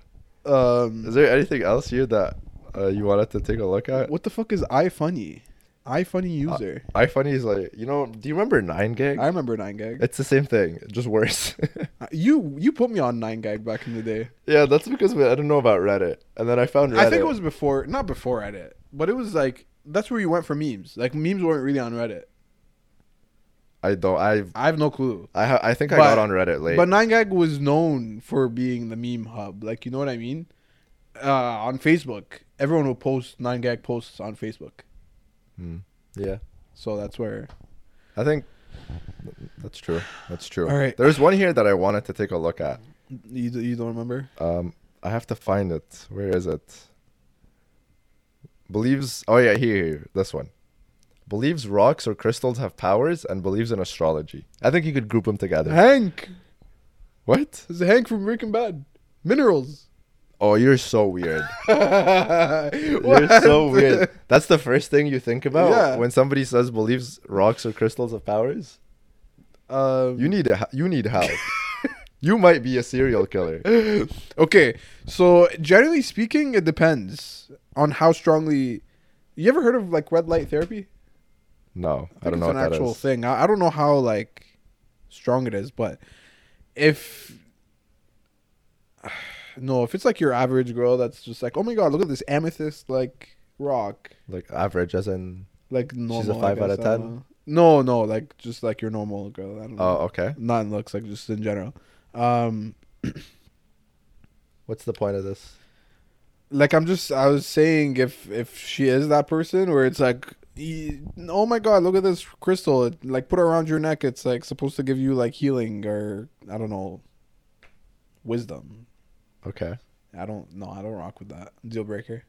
S2: Um,
S1: Is there anything else here that uh, you wanted to take a look at?
S2: what the fuck is iFunny? iFunny user.
S1: iFunny is like you know. Do you remember Nine Gag?
S2: Uh, I remember Nine Gag.
S1: It's the same thing, just worse. [LAUGHS]
S2: You you put me on Nine Gag back in the day.
S1: yeah, that's because we, I don't know about Reddit, and then I found Reddit.
S2: I think it was before, not before Reddit, but it was like that's where you went for memes. Like memes weren't really on Reddit.
S1: I don't. I
S2: I have no clue.
S1: I ha- I think I
S2: But-
S1: got on Reddit late.
S2: But Nine Gag was known for being the meme hub. Like, you know what I mean? Uh, on Facebook, everyone will post Nine Gag posts on Facebook.
S1: yeah,
S2: So that's where.
S1: I think th- that's true. That's true.
S2: All right.
S1: There's one here that I wanted to take a look at.
S2: You, d- you don't remember?
S1: Um, I have to find it. Where is it? Believes. Oh yeah, here, here, this one. Believes rocks or crystals have powers and believes in astrology. I think you could group them
S2: [LAUGHS]
S1: together.
S2: Hank!
S1: What?
S2: This is Hank from Breaking Bad. Minerals.
S1: Oh, you're so weird. You're
S2: [LAUGHS] [LAUGHS] You're
S1: so weird. That's the first thing you think about
S2: Yeah.
S1: when somebody says believes rocks or crystals have powers.
S2: [LAUGHS] Um,
S1: You need a, h- you need
S2: [LAUGHS]
S1: help. you might be a serial killer.
S2: okay, so generally speaking, it depends on how strongly. You ever heard of like red light therapy?
S1: No, I,
S2: think
S1: don't know
S2: it's
S1: what
S2: an
S1: that
S2: actual
S1: is.
S2: thing. I, I don't know how like strong it is, but if [SIGHS] No, if it's like your average girl that's just like, oh my god, look at this amethyst like rock,
S1: Like average as in.
S2: like normal. I
S1: five out of
S2: guess, I don't
S1: 10?
S2: know. No, no, like just like your normal girl. I don't know.
S1: Oh, okay.
S2: Not in looks, like just in general. Um,
S1: What's the point of this?
S2: like I'm just I was saying if if she is that person where it's like e- oh my god look at this crystal it, like put it around your neck it's like supposed to give you like healing or I don't know wisdom
S1: Okay.
S2: I don't know I don't rock with that deal breaker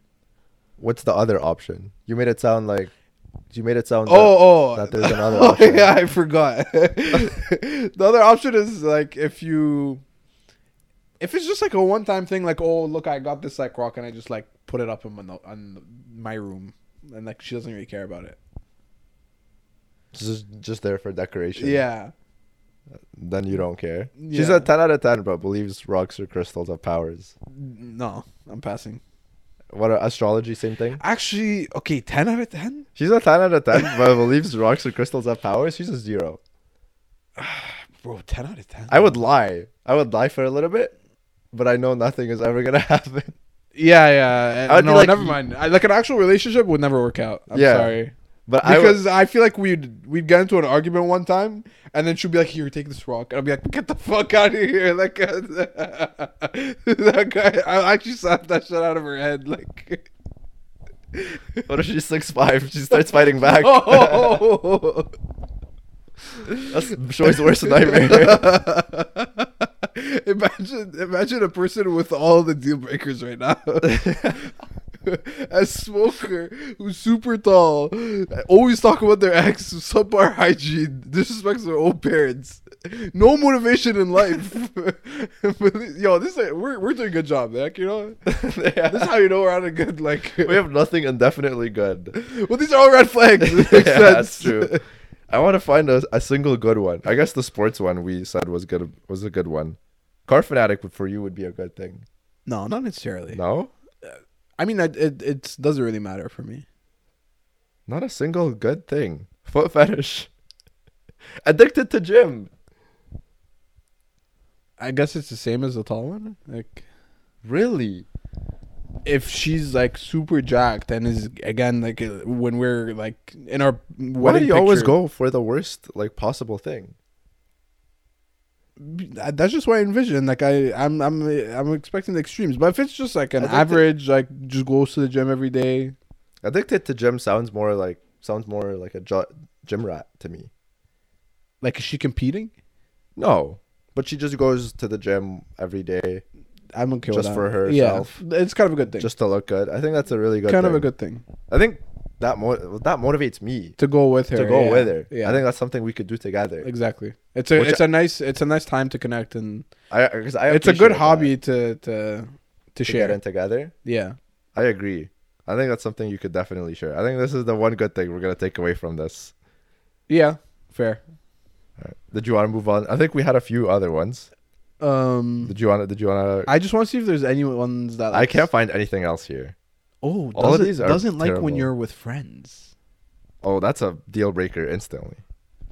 S1: What's the other option? You made it sound like. You made it sound.
S2: oh oh
S1: that there's another
S2: [LAUGHS] Oh,
S1: option.
S2: yeah I forgot [LAUGHS] the other option is like if you if it's just like a one time thing like oh look I got this like rock and I just like put it up in my no- on my room and like she doesn't really care about it
S1: It's just just there for decoration.
S2: Yeah.
S1: Then you don't care. She's
S2: Yeah.
S1: a ten out of ten, but believes rocks or crystals have powers.
S2: No, I'm passing.
S1: What are- astrology? Same thing.
S2: Actually, okay, 10 out of 10?
S1: She's a ten out of ten, but believes rocks or crystals have powers. She's a zero.
S2: Bro, 10 out of 10.
S1: I would lie. I would lie for a little bit, but I know nothing is ever gonna [LAUGHS] happen.
S2: Yeah, yeah.
S1: I would be
S2: no,
S1: like-
S2: never mind. I, like an actual relationship would never work out. I'm
S1: Yeah.
S2: sorry.
S1: But I would,
S2: Because I, feel like we'd we'd get into an argument one time, and then she'd be like, "Here, take this rock," and I'd be like, "Get the fuck out of here!" [LAUGHS] Like uh, that guy, I actually slapped that shit out of her head. Like,
S1: what if she's six five? She starts fighting back.
S2: [LAUGHS] oh,
S1: [LAUGHS] That's Shoy's worst nightmare.
S2: [LAUGHS] imagine imagine a person with all the deal breakers
S1: [LAUGHS]
S2: right now. a smoker who's super tall, always talk about their ex, subpar hygiene, disrespects their own parents, no motivation in life. [LAUGHS] Yo, this like, we're we're doing a good job, Nick. You
S1: [LAUGHS]
S2: know, this is how you know we're on a good like.
S1: we have nothing indefinitely good.
S2: [LAUGHS]
S1: [LAUGHS]
S2: well, these are all red flags. Makes
S1: yeah,
S2: sense.
S1: that's
S2: [LAUGHS]
S1: true. I want to find a, a single good one. I guess the sports one we said was good was a good one. Car fanatic would- for you would be a good thing.
S2: No, not necessarily.
S1: No,
S2: I mean, I- it it doesn't really matter for me.
S1: not a single good thing. Foot [LAUGHS] fetish. Addicted to gym.
S2: I guess it's the same as the tall one. Like
S1: Really?
S2: if she's like super jacked and is again like uh, when we're like in our wedding
S1: Why do you always
S2: picture-
S1: go for the worst like possible thing?
S2: Th- uh, That's just what I envision. Like I, I'm, I'm, uh, I'm expecting the extremes. But if it's just like
S1: I
S2: an
S1: think that-
S2: average, like just goes to the gym every day.
S1: Addicted to gym sounds more like sounds more like a jo- gym rat to me.
S2: Like is she competing?
S1: No, but she just goes to the gym every day
S2: I'm okay with
S1: Just
S2: that.
S1: for herself.
S2: Yeah, it's kind of a good thing.
S1: just to look good. I think that's a really good
S2: kind of
S1: thing.
S2: a good thing
S1: I think that mo- that motivates me
S2: to go with her.
S1: to go
S2: yeah.
S1: with her.
S2: Yeah,
S1: I think that's something we could do together.
S2: exactly. It's a,
S1: Which
S2: it's a nice, it's a nice time to connect and
S1: I, 'cause I
S2: it's a
S1: appreciate
S2: good
S1: that,
S2: hobby to to to
S1: to get
S2: share.
S1: in together.
S2: Yeah.
S1: I agree. I think that's something you could definitely share. I think this is the one good thing we're gonna take away from this.
S2: Yeah, fair.
S1: Did you want to move on? I think we had a few other ones.
S2: Um,
S1: Did you want? to Did you want to?
S2: I just want to see if there's any ones that
S1: I can't find anything else here.
S2: Oh,
S1: All of
S2: doesn't
S1: these are
S2: doesn't like when
S1: terrible.
S2: you're with friends.
S1: Oh, that's a deal breaker instantly.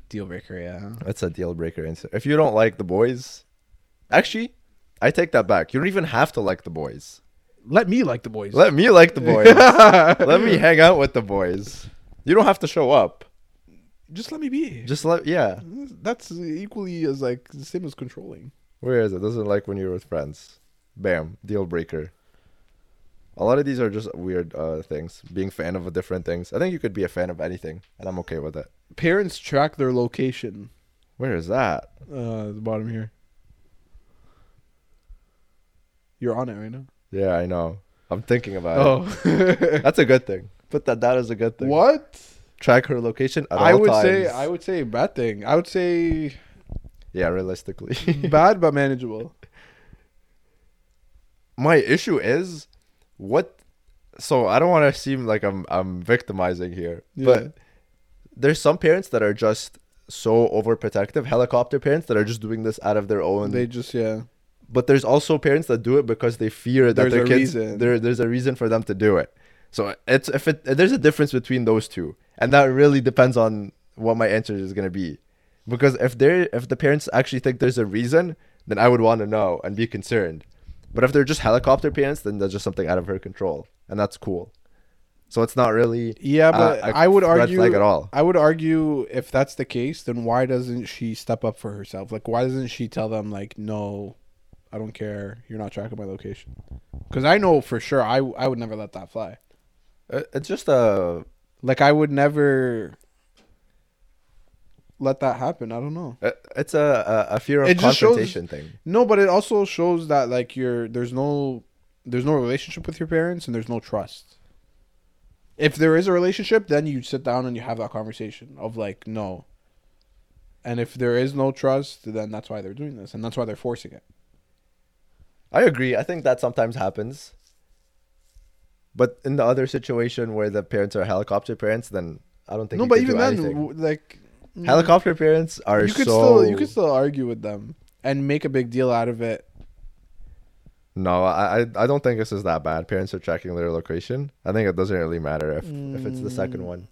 S2: Deal breaker, yeah.
S1: That's a deal breaker instantly. If you don't like the boys, actually, I take that back. You don't even have to like the boys.
S2: Let me like the boys.
S1: Let me like the boys. let me hang out with the boys. You don't have to show up.
S2: Just let me be.
S1: Just let yeah.
S2: That's equally as like the same as controlling.
S1: Where is it? Doesn't like when you're with friends. Bam, deal breaker. A lot of these are just weird uh, things. Being fan of different things. I think you could be a fan of anything, and I'm okay with it.
S2: Parents track their location.
S1: Where is that?
S2: Uh, the bottom here. You're on it right now.
S1: Yeah, I know. I'm thinking about it.
S2: oh,
S1: That's a good thing. Put that down as a good thing.
S2: [LAUGHS] what?
S1: Track her location at
S2: I
S1: all
S2: would say
S1: times.
S2: I would say bad thing. I would say
S1: Yeah, realistically. [LAUGHS]
S2: bad but manageable.
S1: My issue is what. So I don't want to seem like I'm I'm victimizing here, but
S2: Yeah.
S1: there's some parents that are just so overprotective helicopter parents that are just doing this out of their own
S2: They just yeah.
S1: but there's also parents that do it because they fear that
S2: There's
S1: their
S2: a
S1: kids
S2: reason.
S1: there there's a reason for them to do it so it's if it there's a difference between those two and that really depends on what my answer is going to be because if they are if the parents actually think there's a reason then i would want to know and be concerned But if they're just helicopter parents, then that's just something out of her control, and that's cool. So it's not really
S2: Yeah, but
S1: uh, a
S2: I would
S1: red
S2: argue
S1: flag at all.
S2: I would argue if that's the case, then why doesn't she step up for herself? Like, why doesn't she tell them like, no, I don't care. You're not tracking my location. Because I know for sure I I would never let that fly.
S1: Uh, It's just a
S2: Like I would never let that happen. I don't know.
S1: uh, it's a a, a fear of
S2: It just shows-
S1: confrontation thing.
S2: No, but it also shows that like you're there's no there's no relationship with your parents and there's no trust. If there is a relationship, then you sit down and you have that conversation of like no. And if there is no trust, then that's why they're doing this and that's why they're forcing it.
S1: I agree. I think that sometimes happens. But in the other situation where the parents are helicopter parents, then I don't think
S2: no,
S1: you
S2: but
S1: could do
S2: even then,
S1: anything.
S2: w- like mm,
S1: helicopter parents are
S2: you could
S1: so
S2: still you could still argue with them and make a big deal out of it.
S1: No, I I I don't think this is that bad. Parents are tracking their location. I think it doesn't really matter if if it's the second
S2: Mm.
S1: one.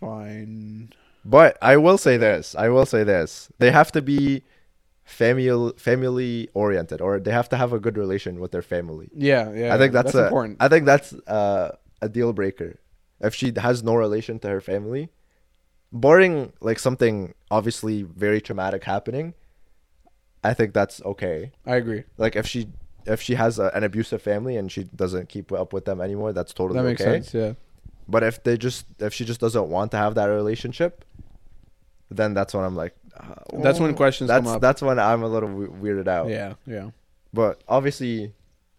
S2: Fine.
S1: But I will say this. I will say this. They have to be family family oriented or they have to have a good relation with their family.
S2: Yeah, yeah.
S1: I think that's, a,
S2: important.
S1: I think that's uh, a deal breaker. If she has no relation to her family, barring like something obviously very traumatic happening, I think that's okay.
S2: I agree.
S1: Like if she if she has a, an abusive family and she doesn't keep up with them anymore, that's totally
S2: That makes
S1: okay.
S2: sense. Yeah.
S1: But if they just if she just doesn't want to have that relationship, then that's when I'm like, uh,
S2: That's when
S1: oh.
S2: questions come
S1: that's
S2: up.
S1: that's when I'm a little we- weirded out.
S2: Yeah, yeah.
S1: But obviously,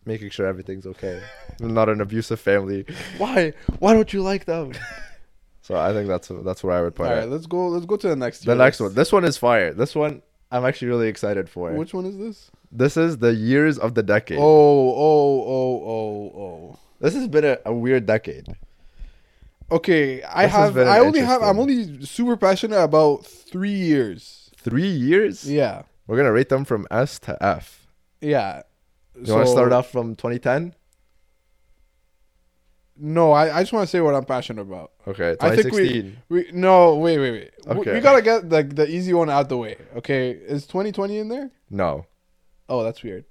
S1: making sure everything's okay, not an abusive family.
S2: Why? Why don't you like them?
S1: So I think that's that's where I would put
S2: All right,
S1: it.
S2: let's go. Let's go to the next.
S1: uh, The
S2: tier
S1: next one.
S2: list.
S1: This one is fire. This one I'm actually really excited for.
S2: Which one is this?
S1: This is the years of the decade.
S2: Oh, oh, oh, oh,
S1: This has been a, a weird decade.
S2: oh. Okay, I
S1: This has
S2: have.
S1: been
S2: I only have.
S1: interesting.
S2: I'm only super passionate about three years.
S1: Three years.
S2: Yeah,
S1: We're gonna rate them from S to F.
S2: yeah.
S1: You want to start off from 2010?
S2: No, I, I just want to say what I'm passionate about.
S1: Okay,
S2: I think
S1: 2016.
S2: we- We no, wait, wait, wait. W-
S1: Okay.
S2: We, gotta get the the easy one out the way. Okay, is 2020 in there?
S1: No,
S2: Oh, that's weird.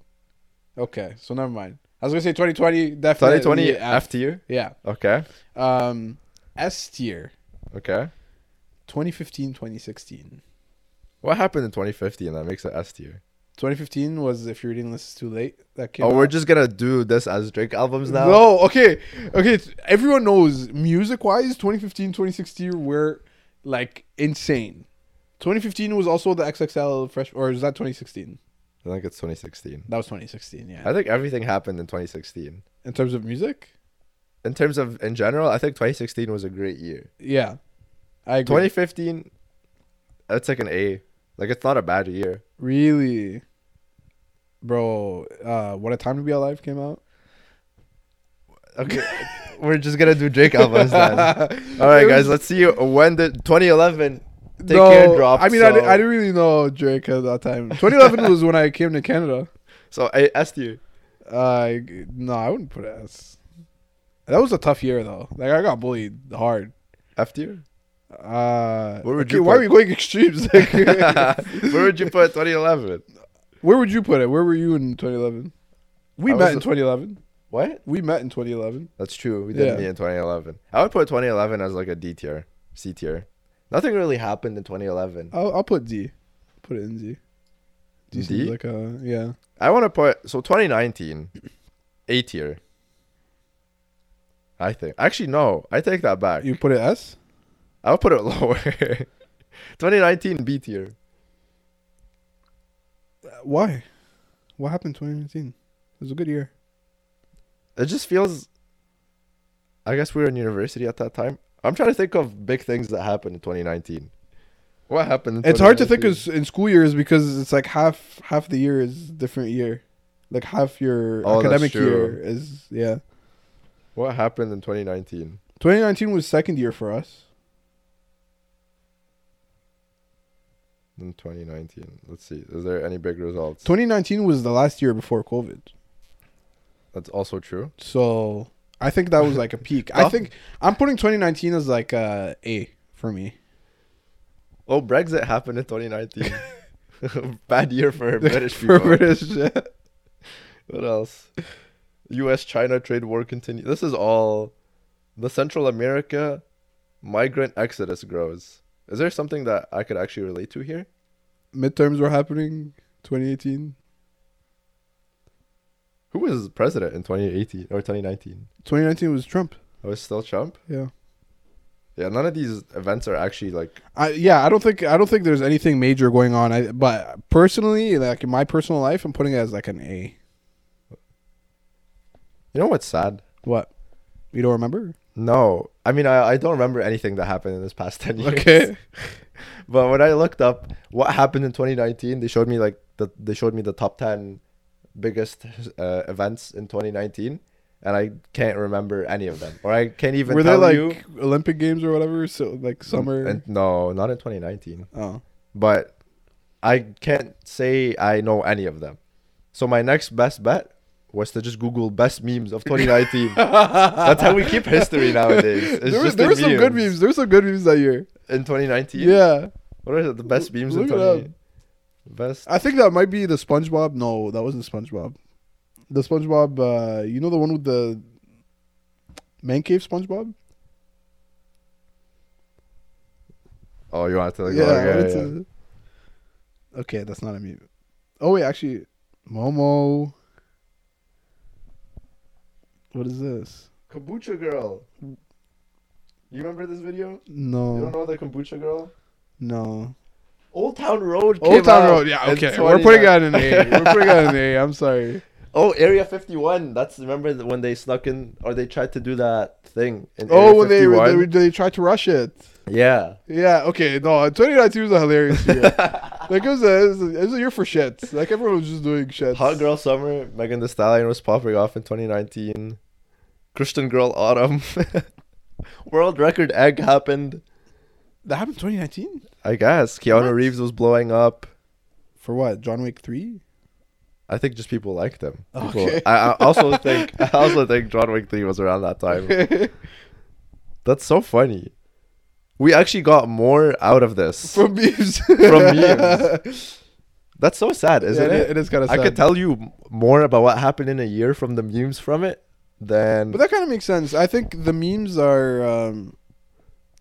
S2: Okay, so never mind. I was gonna say 2020 definitely.
S1: 2020
S2: F.
S1: F tier.
S2: Yeah.
S1: Okay,
S2: Um, S tier.
S1: okay.
S2: 2015, 2016.
S1: What happened in 2015 that makes it S tier?
S2: 2015 was if you're reading this is too late. That came.
S1: Oh, we're
S2: out.
S1: just gonna do this as Drake albums now.
S2: No, okay, okay. it's- Everyone knows music wise, 2015, 2016 were like insane. 2015 was also the XXL fresh, or is that 2016?
S1: I think it's 2016.
S2: That was 2016, yeah.
S1: I think everything happened in 2016.
S2: In terms of music,
S1: In terms of in general, I think 2016 was a great year.
S2: yeah, I agree.
S1: 2015, that's like an A. Like it's not a bad year.
S2: really, bro. Uh, what a time to be alive came out.
S1: Okay, [LAUGHS] we're just gonna do Drake albums then. [LAUGHS] All right,
S2: It
S1: guys,
S2: was-
S1: let's see when the 2011 Take Care dropped.
S2: I mean, I,
S1: so-
S2: didn't, I didn't really know Drake at that
S1: [LAUGHS]
S2: time. 2011 was when I came to Canada.
S1: So A- S tier.
S2: Uh, g- no, I wouldn't put it as. That was a tough year though. Like I got bullied hard.
S1: F [LAUGHS] tier.
S2: Uh,
S1: Where would
S2: okay,
S1: you
S2: why
S1: put-
S2: are we going [LAUGHS] extremes?
S1: [LAUGHS] Where would you put 2011?
S2: Where would you put it? Where were you in 2011? We
S1: I
S2: met
S1: was-
S2: in 2011.
S1: What?
S2: We met in 2011.
S1: That's true. We did
S2: Yeah.
S1: meet in 2011. I would put 2011 as like a D tier, C tier. Nothing really happened in 2011.
S2: I'll, I'll put D. Put it in D. D, seems
S1: D?
S2: like a yeah.
S1: I want to put so 2019, A tier. I think. Actually, no. I take that back.
S2: You put it S.
S1: I'll put it [LAUGHS] lower. 2019 B tier.
S2: Uh, Why? What happened 2019? It was a good year.
S1: It just feels. I guess we were in university at that time. I'm trying to think of big things that happened in 2019. What happened? in
S2: It's hard to think
S1: 2019?
S2: of in school years because it's like half half the year is different year, like half your
S1: Oh, that's
S2: academic
S1: true.
S2: year is yeah.
S1: What happened in 2019?
S2: 2019 was second year for us.
S1: In 2019, let's see. Is there any big results?
S2: 2019 was the last year before COVID,
S1: That's also true.
S2: so I think that was like a peak.
S1: [LAUGHS]
S2: I
S1: Tough.
S2: think I'm putting 2019 as like a A for me.
S1: Oh, Brexit
S2: [LAUGHS]
S1: happened in 2019. [LAUGHS] Bad year for British
S2: for
S1: people.
S2: British, yeah.
S1: what else? U.S. China trade war continue. This is all. The Central America migrant exodus grows. Is there something that I could actually relate to here?
S2: Midterms were happening, 2018,
S1: Who was president in 2018 or 2019?
S2: 2019 was Trump.
S1: It was still Trump.
S2: Yeah.
S1: Yeah, none of these events are actually like
S2: I, yeah, I don't think I don't think there's anything major going on. I, but personally, like in my personal life, I'm putting it as like an A.
S1: you know what's sad?
S2: What? You
S1: [LAUGHS]
S2: don't remember?
S1: No, I mean I, I don't remember anything that happened in this past ten years.
S2: Okay.
S1: but when I looked up what happened in 2019, they showed me like the they showed me the top ten biggest uh, events in 2019, and I can't remember any of them, or I can't even
S2: were there
S1: tell
S2: like
S1: you. Mm,
S2: Olympic games or whatever? So like summer.
S1: And no, not in 2019.
S2: oh,
S1: But I can't say I know any of them. So my next best bet was to just Google best memes of
S2: [LAUGHS]
S1: 2019. [LAUGHS] That's how we keep history nowadays. It's
S2: Oh. there was,
S1: just
S2: there
S1: in
S2: were some good memes. There were some good memes that year.
S1: in 2019.
S2: Yeah,
S1: What are the best memes in
S2: look it up.
S1: 20? Best.
S2: I think that might be the SpongeBob. No, that wasn't SpongeBob. The SpongeBob. Uh, you know the one with the man cave SpongeBob.
S1: Oh, you want to like,
S2: yeah,
S1: okay,
S2: it's
S1: yeah.
S2: a- okay, that's not a meme. Oh wait, actually, Momo. What is this?
S1: kombucha girl. You remember this video? You don't
S2: No,
S1: know the kombucha girl?
S2: no.
S1: Old Town Road.
S2: Old Town Road. Yeah, okay. We're putting out an A. We're putting out an A. I'm sorry.
S1: [LAUGHS] Oh, Area 51. That's remember th- when they snuck in or they tried to do that thing in
S2: Oh,
S1: Area
S2: when they,
S1: 51?
S2: they they tried to rush it.
S1: Yeah.
S2: Yeah. Okay. No, 2019 was a
S1: [LAUGHS]
S2: hilarious year. like it was, a, it was a it was a year for shit. Like everyone was just doing shit.
S1: Hot Girl Summer, Megan Thee Stallion was popping off in 2019. Christian Girl Autumn. [LAUGHS] World Record Egg happened.
S2: That happened 2019.
S1: I guess. Keanu
S2: What?
S1: Reeves was blowing up.
S2: For what? John Wick three.
S1: I think just people liked him. People-
S2: Okay.
S1: I, I also think [LAUGHS] I also think John Wick 3 was around that time.
S2: [LAUGHS]
S1: That's so funny. We actually got more out of this
S2: From memes. [LAUGHS]
S1: from memes. That's so sad,
S2: Isn't
S1: isn't
S2: it,
S1: it?
S2: it is kind of.
S1: I could tell you m- more about what happened in a year from the memes from it than
S2: But that kind of makes sense. I think the memes are um,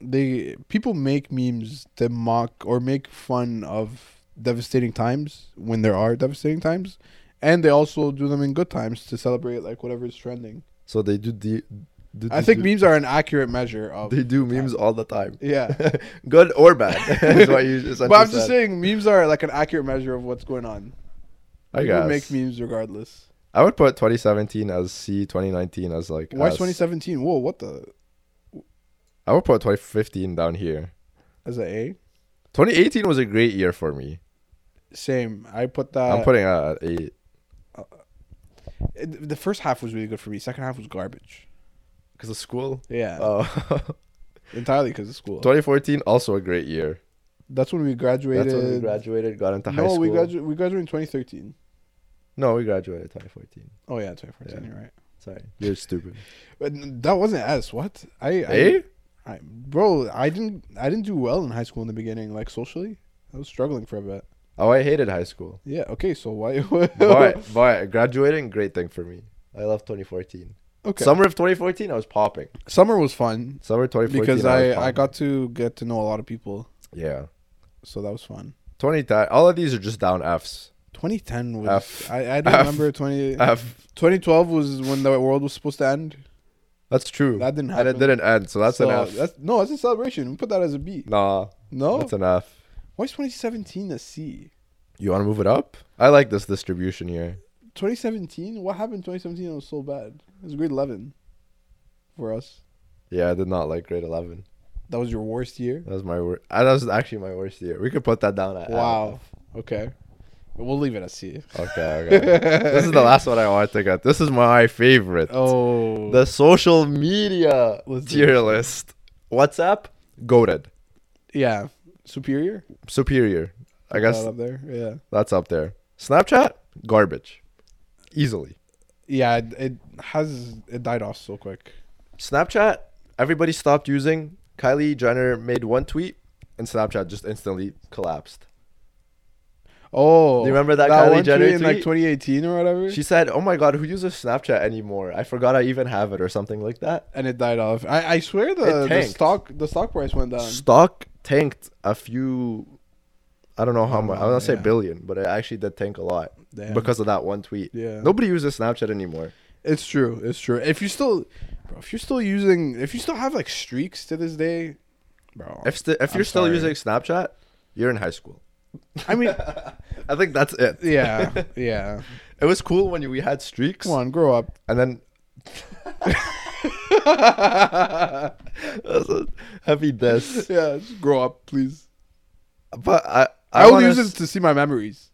S2: they people make memes to mock or make fun of devastating times when there are devastating times, and they also do them in good times to celebrate like whatever is trending.
S1: so they do the. do-
S2: I
S1: do-
S2: think
S1: do-
S2: memes are an accurate measure of
S1: They do memes all the time,
S2: [LAUGHS]
S1: [LAUGHS]
S2: yeah.
S1: good or bad. [LAUGHS] is what you essentially
S2: But I'm
S1: said.
S2: just saying memes are like an accurate measure of what's going on.
S1: I
S2: People
S1: guess.
S2: make memes regardless.
S1: I would put 2017 as C, 2019 as like.
S2: Why
S1: S.
S2: 2017? Whoa, what the?
S1: I would put 2015 down here.
S2: As a A?
S1: 2018 was a great year for me.
S2: Same. I put that.
S1: I'm putting uh, a eight.
S2: it- the first half was really good for me. Second half was garbage.
S1: Because of school?
S2: Yeah,
S1: Oh.
S2: [LAUGHS] entirely because of school.
S1: 2014, also a great year.
S2: That's when we graduated.
S1: That's when we graduated, got into high
S2: no,
S1: school.
S2: we graduated. We graduated in 2013.
S1: No, we graduated 2014.
S2: Oh yeah, 2014.
S1: Yeah.
S2: You're right.
S1: Sorry. You're stupid.
S2: But n- that wasn't S. What? I, I,
S1: eh?
S2: I bro, I didn't. I didn't do well in high school in the beginning. Like socially, I was struggling for a bit.
S1: Oh, I hated high school.
S2: Yeah. Okay. So why? [LAUGHS]
S1: But, but graduating, great thing for me. I love 2014.
S2: okay.
S1: Summer of 2014, I was popping.
S2: Summer was fun
S1: Summer 2014.
S2: because
S1: was
S2: I, I
S1: popping.
S2: got to get to know a lot of people,
S1: Yeah.
S2: so that was fun.
S1: 2010. All of these are just down Fs.
S2: 2010 was
S1: F.
S2: I I I don't
S1: F.
S2: remember 20
S1: F.
S2: 2012 was when the world was supposed to end.
S1: That's true.
S2: That didn't
S1: and
S2: happen.
S1: it didn't end, so that's
S2: So
S1: an F.
S2: That's, Oh. no, that's a celebration. We put that as a B.
S1: nah,
S2: No,
S1: that's an F.
S2: why is 2017 a C?
S1: You want to move it up? I like this distribution here.
S2: 2017? What happened in 2017 that was so bad? It was grade 11 for us.
S1: Yeah, I did not like grade 11.
S2: That was your worst year?
S1: That was my worst. That was actually my worst year. We could put that down at
S2: Wow. Okay. We'll leave it at C.
S1: F. Okay, okay. this is the last one I want to get. This is my favorite.
S2: Oh.
S1: The social media
S2: Let's do
S1: tier list. WhatsApp, goaded.
S2: yeah. Superior?
S1: Superior. I guess
S2: Not up there. Yeah.
S1: that's up there. Snapchat, garbage. Easily.
S2: Yeah, it, it has it died off so quick.
S1: Snapchat, everybody stopped using. Kylie Jenner made one tweet, and Snapchat just instantly collapsed.
S2: Oh,
S1: Do you remember that, Kylie
S2: one
S1: Jenner
S2: tweet in like
S1: tweet?
S2: 2018 or whatever?
S1: She said, "Oh my God, who uses Snapchat anymore? I forgot I even have it, or something like that."
S3: and it died off. I, I swear the, the
S1: tanked.
S3: stock the stock price went down.
S1: Stock tanked a few. I don't know how
S3: Oh,
S1: much. I want to say
S3: yeah.
S1: billion, but it actually did tank a lot
S3: Damn.
S1: because of that one tweet.
S3: yeah,
S1: Nobody uses Snapchat anymore.
S3: it's true. It's true. If you still, bro, if you're still using, if you still have like streaks to this day, bro.
S1: If st- if
S3: I'm
S1: you're still
S3: sorry.
S1: using Snapchat, you're in high school.
S3: I mean,
S1: I think that's it.
S3: [LAUGHS] yeah, yeah.
S1: It was cool when we had streaks,
S3: Come on, grow up.
S1: and then. [LAUGHS] That's a heavy diss.
S3: Yeah, just grow up, please.
S1: But I
S2: I, will
S1: wanna
S2: use
S1: s-
S2: it to see my memories.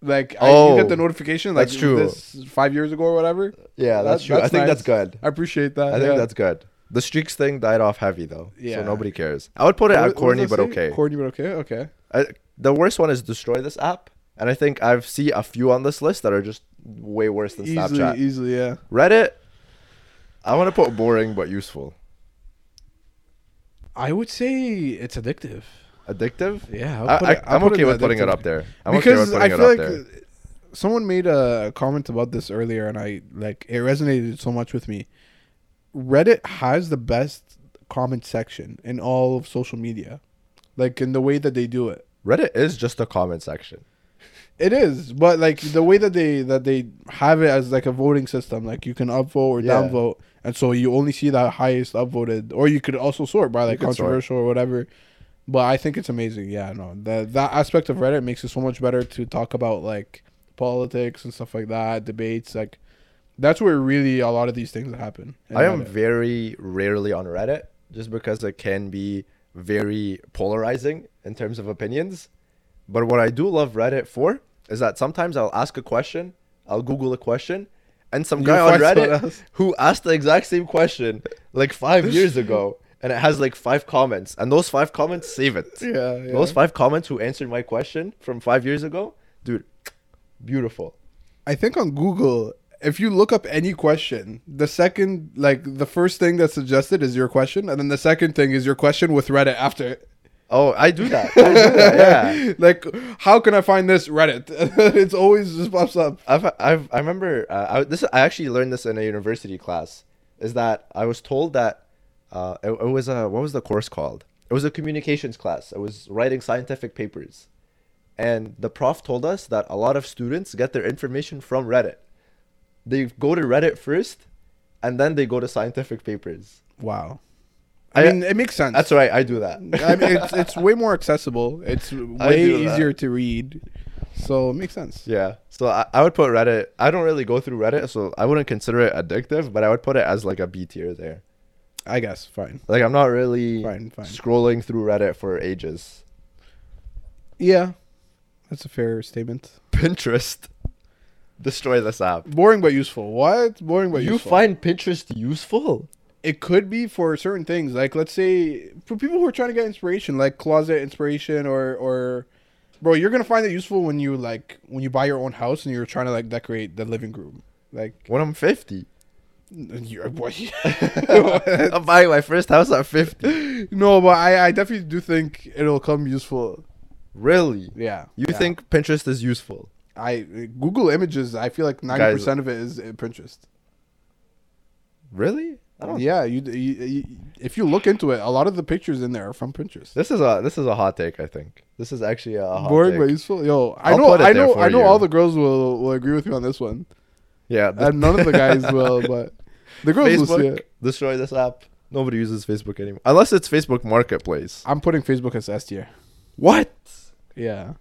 S3: Like I,
S1: Oh,
S3: you get the notification, like
S1: that's true.
S3: This five years ago or whatever.
S1: Yeah,
S3: That-
S1: that's true. I
S3: that's
S1: think that's
S3: nice.
S1: good.
S2: I appreciate that.
S1: I think
S2: yeah.
S1: that's good. The streaks thing died off heavy though,
S3: Yeah.
S1: so nobody cares. I would put it
S2: What-
S1: at
S2: what
S1: corny
S2: does that
S1: but
S2: say?
S1: okay.
S2: Corny but okay. Okay.
S1: I, the worst one is destroy this app, and I think I've see a few on this list that are just way worse than
S2: Easily,
S1: Snapchat.
S3: e-
S2: easily, yeah.
S1: Reddit, I want to put boring but useful,
S3: I would say it's addictive.
S1: addictive.
S3: Yeah,
S1: I,
S3: I'll put
S1: I,
S3: it- I'll
S1: I'm
S3: put
S1: okay
S3: in
S1: with putting it
S3: addictive.
S1: up there. I'm
S2: because
S1: okay with
S2: I
S1: putting
S2: feel like
S1: it up there.
S2: someone made a comment about this earlier, and I like it resonated so much with me.
S3: Reddit has the best comment section in all of social media, like in the way that they do it.
S1: Reddit is just a comment section.
S3: It is, but like the way that they that they have it as like a voting system, like you can upvote or
S1: Yeah.
S3: downvote, and so you only see the highest upvoted, or you could also sort by like
S1: could sort.
S3: controversial or whatever. But I think it's amazing. Yeah, no, that that aspect of Reddit makes it so much better to talk about like politics and stuff like that, debates. Like that's where really a lot of these things happen. in
S1: I am
S3: Reddit.
S1: very rarely on Reddit just because it can be very polarizing in terms of opinions. But what I do love Reddit for is that sometimes I'll ask a question, I'll Google a question, and some
S3: You'll
S1: guy on
S3: find someone
S1: Reddit
S3: else.
S1: who asked the exact same question like five
S3: [LAUGHS]
S1: years ago, and it has like five comments, and those five comments save it.
S3: [LAUGHS] Yeah, yeah.
S1: Those five comments who answered my question from five years ago, dude, beautiful.
S2: I think on Google, if you look up any question, the second like the first thing that's suggested is your question, and then the second thing is your question with Reddit after. it.
S1: Oh, I do that. I do that
S3: [LAUGHS]
S1: [LAUGHS] yeah.
S2: [LAUGHS] like, how can I find this Reddit? [LAUGHS] it's always just pops up.
S1: I've, I've I remember uh, I, this I actually learned this in a university class is that I was told that uh, it, it was a what was the course called? It was a communications class. It was writing scientific papers, and the prof told us that a lot of students get their information from Reddit. They go to Reddit first, and then they go to scientific papers.
S2: Wow. I,
S1: I-
S2: mean, it makes sense.
S1: That's right, I do that.
S2: [LAUGHS] I mean, it's it's way more accessible.
S1: [LAUGHS]
S2: It's way
S1: do that.
S2: easier to read, so it makes
S1: [LAUGHS]
S2: sense.
S1: yeah, so I, I would put Reddit. I don't really go through Reddit, so I wouldn't consider it addictive, but I would put it as like a B tier there.
S2: I guess. Fine.
S1: Like I'm not really
S2: Fine, fine.
S1: scrolling through Reddit for ages.
S2: Yeah, that's a fair statement.
S1: Pinterest. Destroy this app.
S2: Boring but useful. What? Boring but
S1: You
S2: useful.
S1: find Pinterest useful?
S2: it could be for certain things like let's say for people who are trying to get inspiration like closet inspiration or or bro you're gonna find it useful when you like when you buy your own house and you're trying to like decorate the living room like
S1: When I'm
S2: [LAUGHS]
S1: 50.
S2: you're,
S1: [LAUGHS] I'm buying my first house at 50.
S2: no but i i definitely do think it'll come useful
S1: Really?
S2: yeah
S1: You
S2: yeah.
S1: think Pinterest is useful?
S2: i google images i feel like 90% of it is uh, pinterest
S1: Really? I don't.
S2: yeah you, you, you if you look into it a lot of the pictures in there are from pinterest
S1: This is a this is a hot take. I think this is actually a hot
S2: boring
S1: take.
S2: but useful. Yo, I
S1: I'll
S2: know,
S1: put it
S2: I
S1: there
S2: know,
S1: for
S2: I know.
S1: you.
S2: All the girls will will agree with me on this one,
S1: yeah. this-
S2: and none of the
S1: [LAUGHS]
S2: guys will. But the girls will see
S1: Facebook
S2: it.
S1: destroy this app. Nobody uses Facebook anymore unless it's Facebook Marketplace.
S2: I'm putting Facebook as S tier.
S1: What?
S2: Yeah,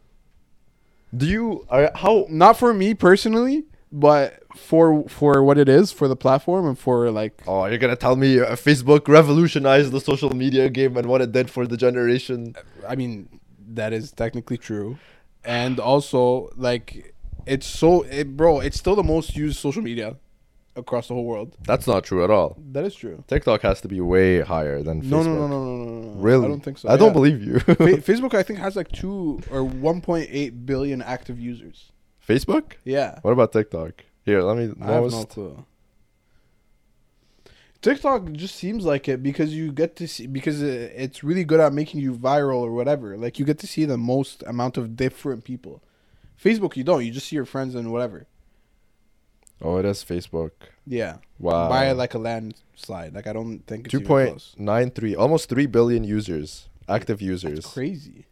S1: Do you are how
S2: not for me personally, but for for what it is for the platform and for like
S1: Oh, you're gonna tell me uh, Facebook revolutionized the social media game and what it did for the generation?
S2: I mean, that is technically true, and also like it's so it, bro. It's still the most used social media across the whole world.
S1: That's not true at all.
S2: That is true.
S1: TikTok has to be way higher than Facebook.
S2: No, no, no, no, no, no, no, no.
S1: Really?
S2: I don't think so.
S1: I don't
S2: Yeah.
S1: believe you. [LAUGHS]
S2: Fa- Facebook, I think, has like two or 1.8 billion active users.
S1: Facebook?
S2: Yeah,
S1: What about TikTok? Here, let me
S2: I have no
S1: most.
S2: clue. TikTok just seems like it because you get to see because it- it's really good at making you viral or whatever. Like you get to see the most amount of different people. Facebook, you don't. You just see your friends and whatever.
S1: Oh, it is Facebook.
S2: Yeah,
S1: Wow.
S2: by like a landslide. Like I don't think it's
S1: Two
S2: even
S1: point
S2: close.
S1: nine three, almost three billion users, active users.
S2: It's crazy.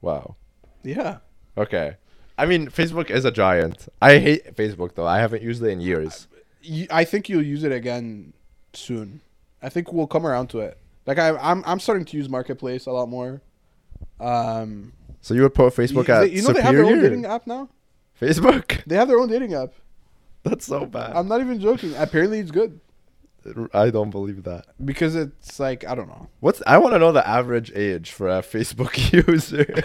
S1: wow.
S2: Yeah,
S1: Okay. I mean, Facebook is a giant. I hate Facebook though. I haven't used it in years.
S2: You- I think you'll use it again soon. I think we'll come around to it. Like I, I'm, I'm starting to use Marketplace a lot more. Um,
S1: So you would put Facebook
S2: you,
S1: at
S2: they- you know they have
S1: superior.
S2: their own dating app now.
S1: Facebook. [LAUGHS]
S2: They have their own dating app.
S1: That's so bad.
S2: I'm not even joking. Apparently, it's good
S1: I don't believe that.
S2: because it's like I don't know.
S1: What's I want to know the average age for a [LAUGHS] Facebook user.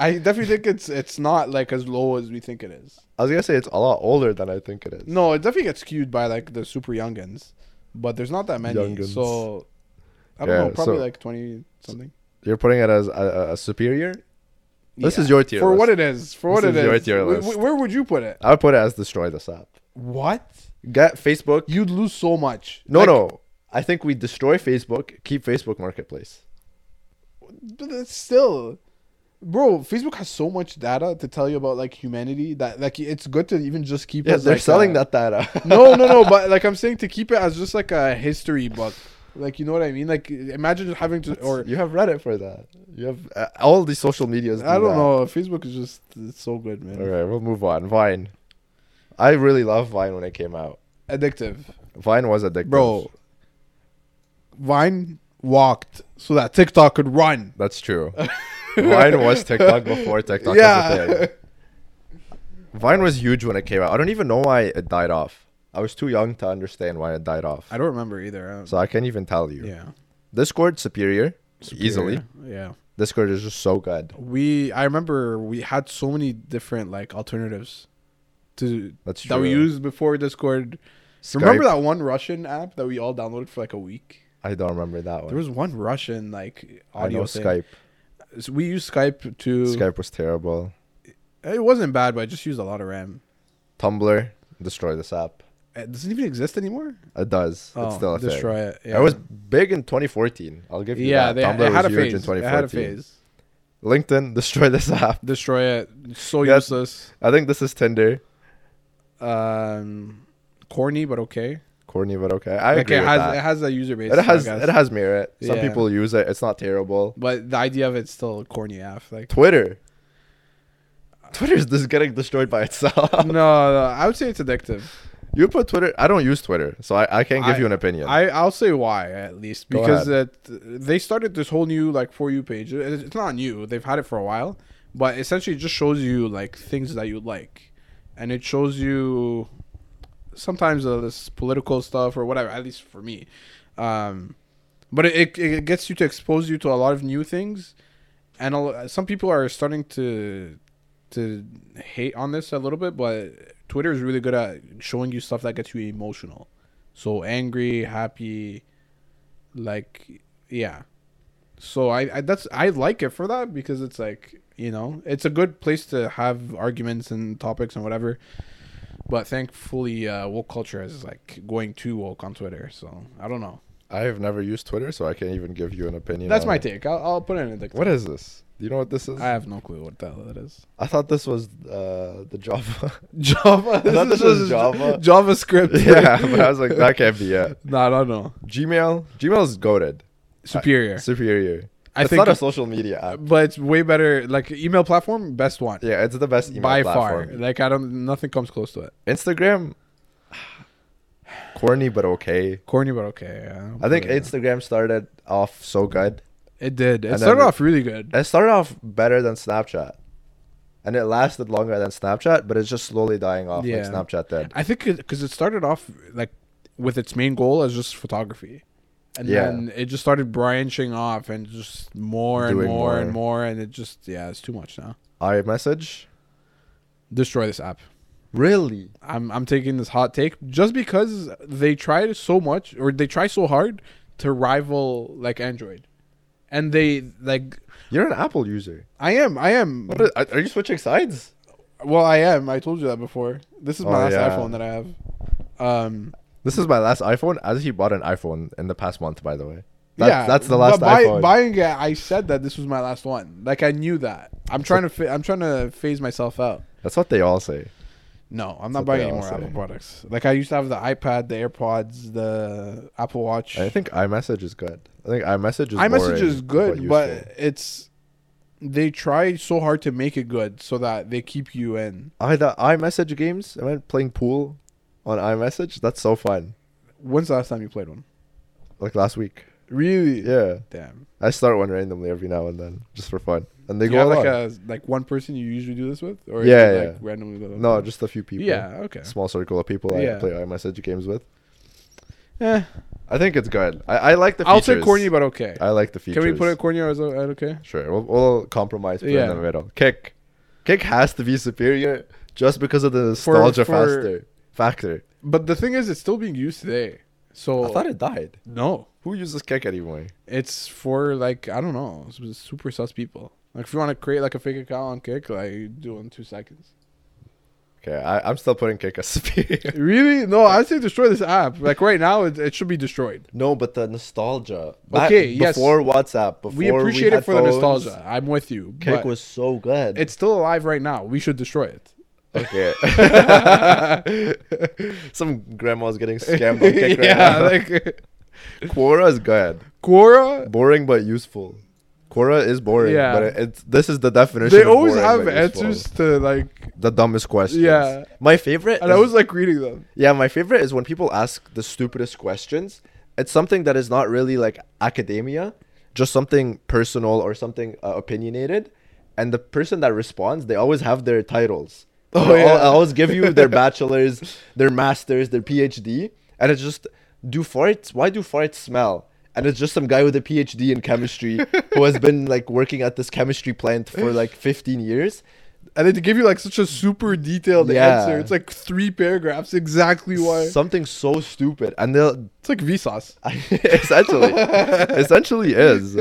S2: I definitely think it's it's not like as low as we think it is.
S1: I was gonna say it's a lot older than I think it is.
S2: No, it definitely gets skewed by like the super youngins, but there's not that many.
S1: Youngins.
S2: So I don't
S1: Yeah,
S2: know, probably
S1: so-
S2: like twenty something.
S1: You're putting it as a, a, a superior. This
S2: Yeah.
S1: is your tier.
S2: for
S1: list.
S2: what it is. For what
S1: This
S2: it
S1: is
S2: is.
S1: your tier
S2: Wh- wh-
S1: list.
S2: where would you put it?
S1: I would put it as destroy this app.
S2: What?
S1: Get Facebook.
S2: You'd lose so much.
S1: No,
S2: Like,
S1: no. I think we destroy Facebook. Keep Facebook Marketplace.
S2: but it's still, bro. Facebook has so much data to tell you about like humanity that like it's good to even just keep.
S1: Yeah,
S2: as,
S1: they're
S2: like,
S1: selling
S2: a-
S1: that data.
S2: [LAUGHS]
S1: [LAUGHS]
S2: no, no, no. But like I'm saying, to keep it as just like a history book. Like you know what I mean? Like imagine just having to or
S1: you have Reddit for that. You have uh, all these social medias.
S2: I
S1: do
S2: don't
S1: that.
S2: know. Facebook is just it's so good, man.
S1: All right, we'll move on. Vine. I really love Vine when it came out.
S2: Addictive,
S1: Vine was addictive.
S2: bro. Vine walked so that TikTok could run.
S1: That's true.
S2: [LAUGHS]
S1: Vine was TikTok before TikTok was a
S2: yeah,
S1: thing. Vine was huge when it came out. I don't even know why it died off. I was too young to understand why it died off.
S2: I don't remember either. I don't-
S1: So I can't even tell you.
S2: yeah,
S1: Discord superior, easily.
S2: Yeah,
S1: Discord is just so good.
S2: we. I remember we had so many different like alternatives to
S1: That's true.
S2: that we used before Discord.
S1: Skype,
S2: Remember that one Russian app that we all downloaded for like a week?
S1: I don't remember that one.
S2: There was one Russian like
S1: I
S2: audio
S1: know
S2: thing.
S1: Skype.
S2: So we used Skype to.
S1: Skype was terrible.
S2: It wasn't bad, but I just used a lot of RAM.
S1: Tumblr, destroy this app.
S2: It doesn't even exist anymore.
S1: It does.
S2: Oh,
S1: it's still a thing.
S2: destroy it. Yeah.
S1: It was big in 2014. I'll give you that.
S2: yeah, they,
S1: Tumblr
S2: it had a
S1: was huge
S2: phase.
S1: in
S2: It
S1: 2014.
S2: had a phase.
S1: LinkedIn, [LAUGHS] destroy this app.
S2: Destroy it. So
S1: Yeah.
S2: useless.
S1: I think this is Tinder.
S2: Um, corny, but okay.
S1: Corny, but okay. I
S2: like
S1: agree
S2: it
S1: with
S2: has it
S1: that.
S2: has a user base.
S1: It has,
S2: I
S1: it
S2: guess.
S1: has merit. Some
S2: Yeah.
S1: people use it. It's not terrible.
S2: But the idea of it's still corny af. Like
S1: Twitter. Twitter's just getting destroyed by itself. [LAUGHS]
S2: [LAUGHS] no, no, I would say it's addictive.
S1: You put Twitter. I don't use Twitter, so I, I can't give
S2: I-
S1: you an opinion.
S2: I I'll say why at least
S1: Go
S2: because that they started this whole new like for you page. It- It's not new; they've had it for a while, but essentially it just shows you like things that you like, and it shows you sometimes uh, this political stuff or whatever. At least for me, um, but it, it it gets you to expose you to a lot of new things, and a, lo- some people are starting to to hate on this a little bit, but Twitter is really good at showing you stuff that gets you emotional. So angry, happy, like yeah. So I, I that's I like it for that because it's like you know it's a good place to have arguments and topics and whatever. But thankfully, uh, woke culture is like going too woke on Twitter. So I don't know.
S1: I have never used Twitter, so I can't even give you an opinion.
S2: that's
S1: on
S2: my
S1: it.
S2: take. I'll, I'll put it in the.
S1: What is this? Do you know what this is?
S2: I have no clue what the hell that is.
S1: I thought this was uh, the [LAUGHS] Java.
S2: [LAUGHS] Java.
S1: [LAUGHS] I thought this was Java.
S2: [LAUGHS] JavaScript.
S1: [LAUGHS]
S2: [LAUGHS]
S1: yeah, but I was like, that can't be it.
S2: no, I don't know.
S1: Gmail. Gmail is goaded.
S2: Superior.
S1: Superior.
S2: I
S1: it's
S2: think,
S1: not a social media app.
S2: but it's way better. Like email platform, best one
S1: Yeah, it's the best email
S2: by far.
S1: platform.
S2: Like I don't, nothing comes close to it.
S1: Instagram. Corny but okay.
S2: Corny, but okay. Yeah,
S1: I think
S2: But, uh,
S1: Instagram started off so good.
S2: it did. It
S1: and
S2: started
S1: then-
S2: off really good.
S1: It started off better than Snapchat. And it lasted longer than Snapchat, but it's just slowly dying off
S2: Yeah.
S1: like Snapchat did.
S2: I think because it started off like with its main goal as just photography, and
S1: Yeah.
S2: then it just started branching off and just more and
S1: Doing
S2: more, and
S1: more.
S2: more, and it just yeah, it's too much now.
S1: iMessage?
S2: Destroy this app.
S1: Really?
S2: I'm I'm taking this hot take just because they try so much or they try so hard to rival like Android, and they like
S1: You're an Apple user.
S2: I am I am
S1: What are, are you switching sides?
S2: well I am I told you that before. This is my
S1: Oh,
S2: last
S1: yeah.
S2: iPhone that I have. Um,
S1: This is my last iPhone. As he bought an iPhone in the past month, by the way. That's,
S2: yeah,
S1: that's the
S2: but
S1: last
S2: buy-
S1: iPhone.
S2: Buying it, I said that this was my last one. Like I knew that. I'm trying to. Fa- I'm trying to phase myself out.
S1: That's what they all say.
S2: No, I'm not
S1: what
S2: buying
S1: they
S2: any
S1: all
S2: more
S1: say.
S2: Apple products. Like I used to have the iPad, the AirPods, the Apple Watch.
S1: I think iMessage is good. I think iMessage is
S2: iMessage
S1: boring,
S2: is good, but
S1: useful.
S2: it's they try so hard to make it good so that they keep you in.
S1: I the iMessage games. I mean, playing pool on iMessage. That's so fun.
S2: When's the last time you played one?
S1: Like last week.
S2: Really?
S1: Yeah,
S2: Damn.
S1: I start one randomly every now and then, just for fun, and they
S2: Do you
S1: go along.
S2: have like a like one person you usually do this with, or is
S1: Yeah,
S2: it,
S1: yeah.
S2: like randomly. go-
S1: no, just a few people.
S2: yeah, okay.
S1: small circle of people I
S2: Yeah.
S1: play iMessage games with.
S2: Eh,
S1: I think it's good. I, I like the.
S2: I'll say
S1: features.
S2: corny, but okay.
S1: I like the features.
S2: Can we put it corny or is that okay?
S1: Sure, we'll, we'll compromise. Put it
S2: Yeah.
S1: in the middle. Kick, kick has to be superior just because of the nostalgia
S2: for-
S1: faster factor.
S2: But the thing is, it's still being used today. So
S1: I thought it died.
S2: no,
S1: Who uses kick anyway?
S2: it's for like I don't know, it's for super sus people. Like if you want to create like a fake account on Kick, like you do it in two seconds.
S1: Okay, I, I'm still putting kick as [LAUGHS] superior.
S2: really? No, I say destroy this app. Like right now, it, it should be destroyed.
S1: No, but the nostalgia.
S2: Okay, yes.
S1: Before WhatsApp, before
S2: we appreciate
S1: had
S2: it for the
S1: phones,
S2: nostalgia. I'm with you.
S1: Kick
S2: but
S1: was so good.
S2: it's still alive right now. We should destroy it.
S1: [LAUGHS]
S2: [LAUGHS]
S1: okay. Some grandma's getting scammed
S2: [LAUGHS]
S1: on kick
S2: yeah,
S1: right
S2: like
S1: now. [LAUGHS] Quora is good.
S2: Quora.
S1: Boring but useful. Quora is boring,
S2: Yeah.
S1: but it, it's this is the definition.
S2: They
S1: of
S2: always
S1: boring
S2: have
S1: but useful.
S2: answers to like,
S1: The dumbest questions.
S2: Yeah.
S1: My favorite.
S2: and I
S1: is-
S2: was like reading them.
S1: Yeah, my favorite is when people ask the stupidest questions. It's something that is not really like academia, just something personal or something uh, opinionated. And the person that responds, they always have their titles.
S2: Oh,
S1: They al-
S2: yeah.
S1: always give you
S2: [LAUGHS]
S1: their bachelor's, their master's, their PhD. And it's just, do farts, why do farts smell? And it's just some guy with a PhD in chemistry who has
S2: [LAUGHS]
S1: been like working at this chemistry plant for like 15 years.
S2: And then to give you like such a super detailed
S1: Yeah.
S2: answer, it's like three paragraphs exactly why.
S1: Something so stupid. And they'll,
S2: it's like Vsauce.
S1: [LAUGHS] essentially, essentially is.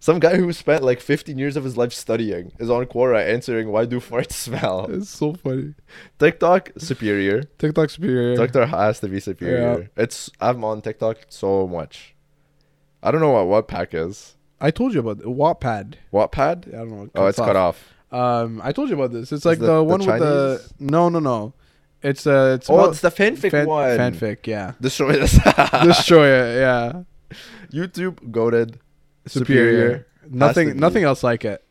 S1: Some guy who spent like 15 years of his life studying is on Quora answering why do farts smell?
S2: It's so funny.
S1: TikTok superior.
S2: TikTok superior.
S1: TikTok has to be superior. It's I'm on TikTok so much. I don't know what Wattpack is.
S2: I told you about the Wattpad. I
S1: Wattpad?
S2: don't know.
S1: Oh, it's cut off.
S2: Um, I told you about this. It's like
S1: the-
S2: the,
S1: the
S2: one with the
S1: Chinese?
S2: no, no, no. It's uh, it's
S1: Oh,
S2: about
S1: it's the fanfic
S2: fan-
S1: one.
S2: Fanfic, yeah.
S1: Destroy this. [LAUGHS]
S2: Destroy it, yeah.
S1: YouTube goaded.
S2: Superior.
S1: to be.
S2: Nothing, nothing else like it.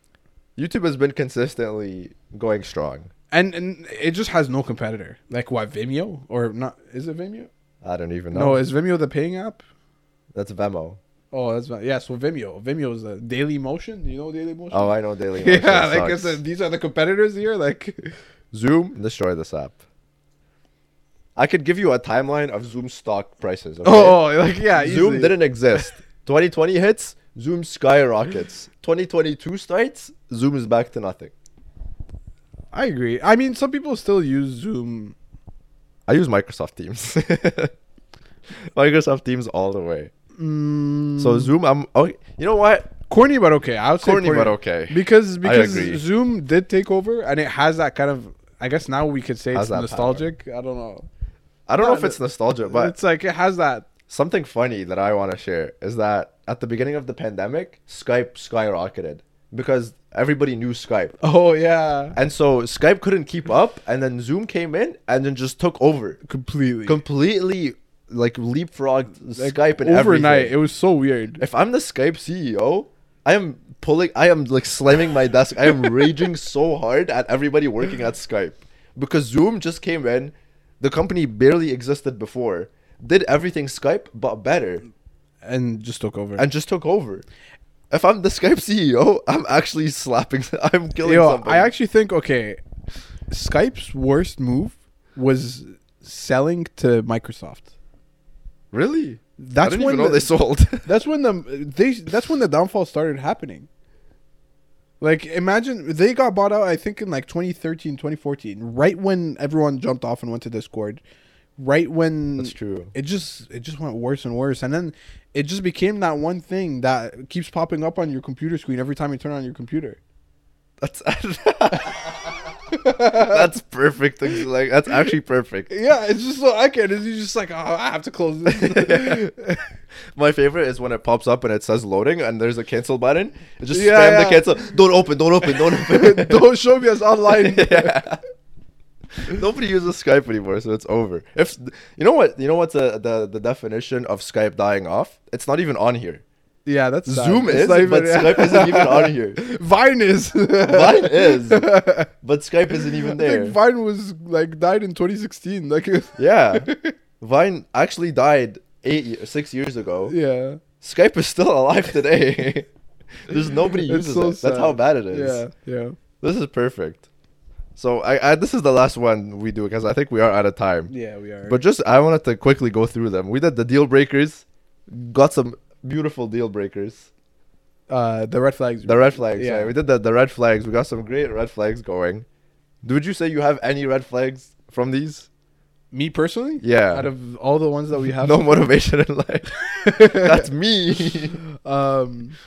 S1: YouTube has been consistently going strong.
S2: And and it just has no competitor. Like what Vimeo or not? Is it Vimeo?
S1: I don't even
S2: No,
S1: know.
S2: is Vimeo the paying app?
S1: That's Vemo.
S2: Oh, that's my, yeah. So Vimeo, Vimeo is the Daily Motion. You know Daily Motion? [LAUGHS]
S1: Oh, I know Daily. Motion
S2: yeah, like I
S1: sucks.
S2: said, these are the competitors here.
S1: [LAUGHS]
S2: Like,
S1: Zoom, destroy this app. I could give you a timeline of Zoom stock prices. Okay?
S2: oh, oh, like yeah,
S1: Zoom
S2: easily.
S1: didn't
S2: [LAUGHS]
S1: exist. 2020 hits, Zoom skyrockets. 2022 starts, Zoom is back to nothing.
S2: I agree. I mean, some people still use Zoom.
S1: I use Microsoft Teams. [LAUGHS] Microsoft Teams all the way.
S2: Mm,
S1: So Zoom, I'm okay. You know what?
S2: corny, but okay. I would say
S1: Corny, but okay.
S2: because because
S1: agree.
S2: Zoom did take over, and it has that kind of. I guess now we could say
S1: Has
S2: it's
S1: that
S2: nostalgic. I don't know.
S1: I don't know
S2: Nah,
S1: if it's nostalgia, but
S2: it's like it has that.
S1: something funny that I want to share is that at the beginning of the pandemic, Skype skyrocketed because everybody knew Skype.
S2: Oh yeah,
S1: And so Skype couldn't keep up, and then Zoom came in and then just took over
S2: completely.
S1: completely, like leapfrogged
S2: Like,
S1: Skype and
S2: overnight,
S1: everything.
S2: it was so weird.
S1: If I'm the Skype CEO, I am pulling, I am like slamming my desk. I
S2: [LAUGHS]
S1: am raging so hard at everybody working at Skype because Zoom just came in. The company barely existed before, did everything Skype but better,
S2: And just took over.
S1: and just took over. If I'm the Skype CEO, I'm actually slapping. [LAUGHS] I'm killing
S2: Yo,
S1: somebody.
S2: I actually think okay, Skype's worst move was selling to Microsoft.
S1: really.
S2: That's
S1: I didn't
S2: when
S1: even know
S2: the-
S1: they sold. [LAUGHS]
S2: That's when the they that's when the downfall started happening. Like imagine they got bought out I think in like 2013, 2014, right when everyone jumped off and went to Discord, right when
S1: That's true.
S2: It just it just went worse and worse and then it just became that one thing that keeps popping up on your computer screen every time you turn on your computer.
S1: That's [LAUGHS] that's perfect. ex- Like that's actually [LAUGHS] perfect.
S3: Yeah, it's just so I can. It's just like, oh, I have to close this.
S1: My favorite is when it pops up and it says loading and there's a cancel button. It just
S3: Yeah,
S1: spam
S3: yeah.
S1: the cancel. Don't open. Don't open. Don't open.
S3: [LAUGHS] Don't show me as online.
S1: [LAUGHS] yeah. Nobody uses Skype anymore, so it's over. If you know what you know what's the the, the definition of Skype dying off? It's not even on here.
S2: [LAUGHS] Yeah, that's sad.
S1: Zoom
S2: It's
S1: is,
S2: not
S1: but
S2: even-
S1: Skype
S2: [LAUGHS]
S1: isn't even on here.
S2: Vine is. [LAUGHS]
S1: Vine is, but Skype
S3: [LAUGHS]
S1: isn't even
S2: I
S1: there.
S2: think Vine was like died in 2016. Like, [LAUGHS]
S1: yeah, Vine actually died eight ye- six years ago.
S2: yeah,
S1: Skype is still alive today. [LAUGHS] There's nobody
S2: It's
S1: uses
S2: so
S1: it. That's how
S2: sad.
S1: bad it is.
S2: yeah, yeah.
S1: This is perfect. So I, I this is the last one we do because I think we are out of time.
S3: yeah, we are.
S1: But just I wanted to quickly go through them. We did the deal breakers, got some beautiful deal breakers.
S2: Uh, the red flags.
S1: The red flags. Yeah,
S3: Yeah.
S1: we did the, the red flags. We got some great red flags going. Would you say you have any red flags from these?
S2: me personally.
S1: Yeah.
S2: Out of all the ones that we have,
S1: no [LAUGHS] motivation in
S2: [LAUGHS]
S1: life. That's me.
S2: Um,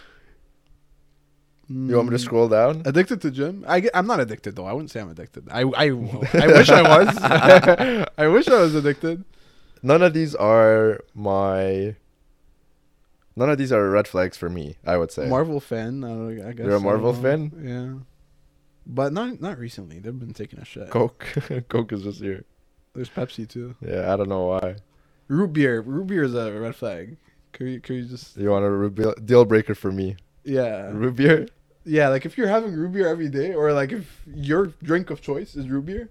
S2: hmm.
S1: you want me to scroll down?
S2: Addicted to gym? I am not addicted though. I wouldn't say I'm addicted. I
S1: [LAUGHS]
S2: I, I wish I was. [LAUGHS] I wish I was addicted.
S1: None of these are my. None of these are red flags for me. I would say.
S2: Marvel fan. I, don't, I guess.
S1: You're a
S2: I
S1: Marvel
S2: don't
S1: fan?
S2: know. Yeah. But not not recently. They've been taking a shit.
S1: Coke. [LAUGHS] Coke is just here.
S2: There's Pepsi too.
S1: Yeah, I don't know why.
S2: Root beer. Root beer is a red flag. Could you could you just
S1: You want a reveal- deal breaker for me?
S2: yeah
S1: Root beer.
S2: yeah like if you're having root beer every day or like if your drink of choice is root beer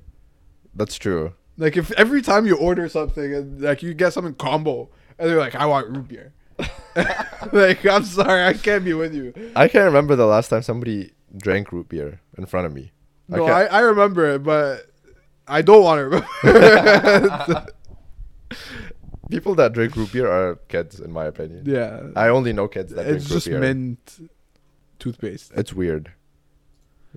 S1: That's true.
S2: like if every time you order something and like you get something combo and they're like I want
S1: [LAUGHS]
S2: root beer [LAUGHS] like I'm sorry I can't be with you
S1: I can't remember the last time somebody drank root beer in front of me.
S2: No,
S1: can't-
S2: I, I remember it, but I don't want to remember.
S1: [LAUGHS] people that drink root beer are kids, in my opinion.
S2: [LAUGHS] yeah.
S1: I only know kids that
S2: it's
S1: drink
S2: just
S1: root beer.
S2: mint toothpaste.
S1: It's weird.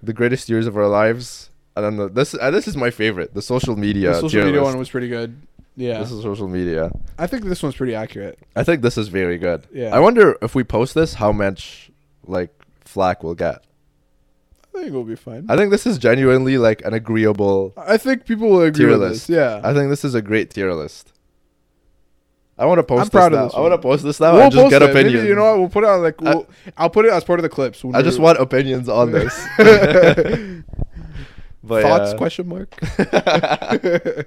S1: The greatest years of our lives, and then the, this uh, this is my favorite. The social media.
S2: the social
S1: tier
S2: media
S1: list.
S2: one was pretty good. Yeah.
S1: This is social media.
S2: I think this one's pretty accurate.
S1: I think this is very good.
S2: Yeah.
S1: I wonder if we post this, how much like flack we'll get.
S2: I think we'll be fine. I,
S1: I think this is genuinely like an agreeable.
S2: think people will agree
S1: Tier
S2: with
S1: list.
S2: this. Yeah.
S1: I think this is a great tier list. I want to post. this
S2: proud of
S1: now.
S2: this
S1: I want
S2: one.
S1: to post this now.
S2: we'll
S1: and just
S2: post
S1: get
S2: it.
S1: opinions.
S2: Maybe, you know what? We'll put it on like
S1: I-
S2: we'll, I'll put it as part of the clips. when
S1: I just
S2: we're-
S1: want opinions on this.
S2: [LAUGHS]
S1: [LAUGHS] but
S2: thoughts
S1: yeah.
S2: question mark.
S1: [LAUGHS]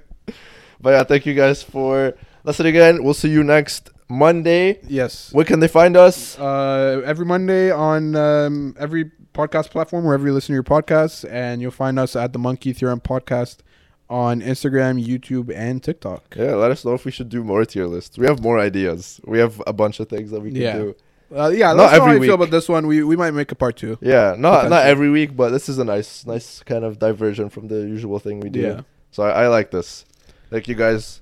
S1: But yeah, thank you guys for listening again. We'll see you next Monday.
S2: yes.
S1: Where can they find us?
S2: uh, every Monday on um, every podcast platform, wherever you listen to your podcasts. And you'll find us at the Monkey Theorem Podcast on Instagram, YouTube, and TikTok.
S1: Yeah, let us know if we should do more tier lists. We have more ideas. We have a bunch of things that we can
S2: Yeah.
S1: do.
S2: Uh, yeah,
S1: Not
S2: let us know how
S1: every
S2: you feel
S1: week.
S2: about this one. We, we might make a part two.
S1: Yeah, not not
S2: Potentially.
S1: every week, but this is a nice nice kind of diversion from the usual thing we do.
S2: Yeah.
S1: So I, I like this. Thank you guys.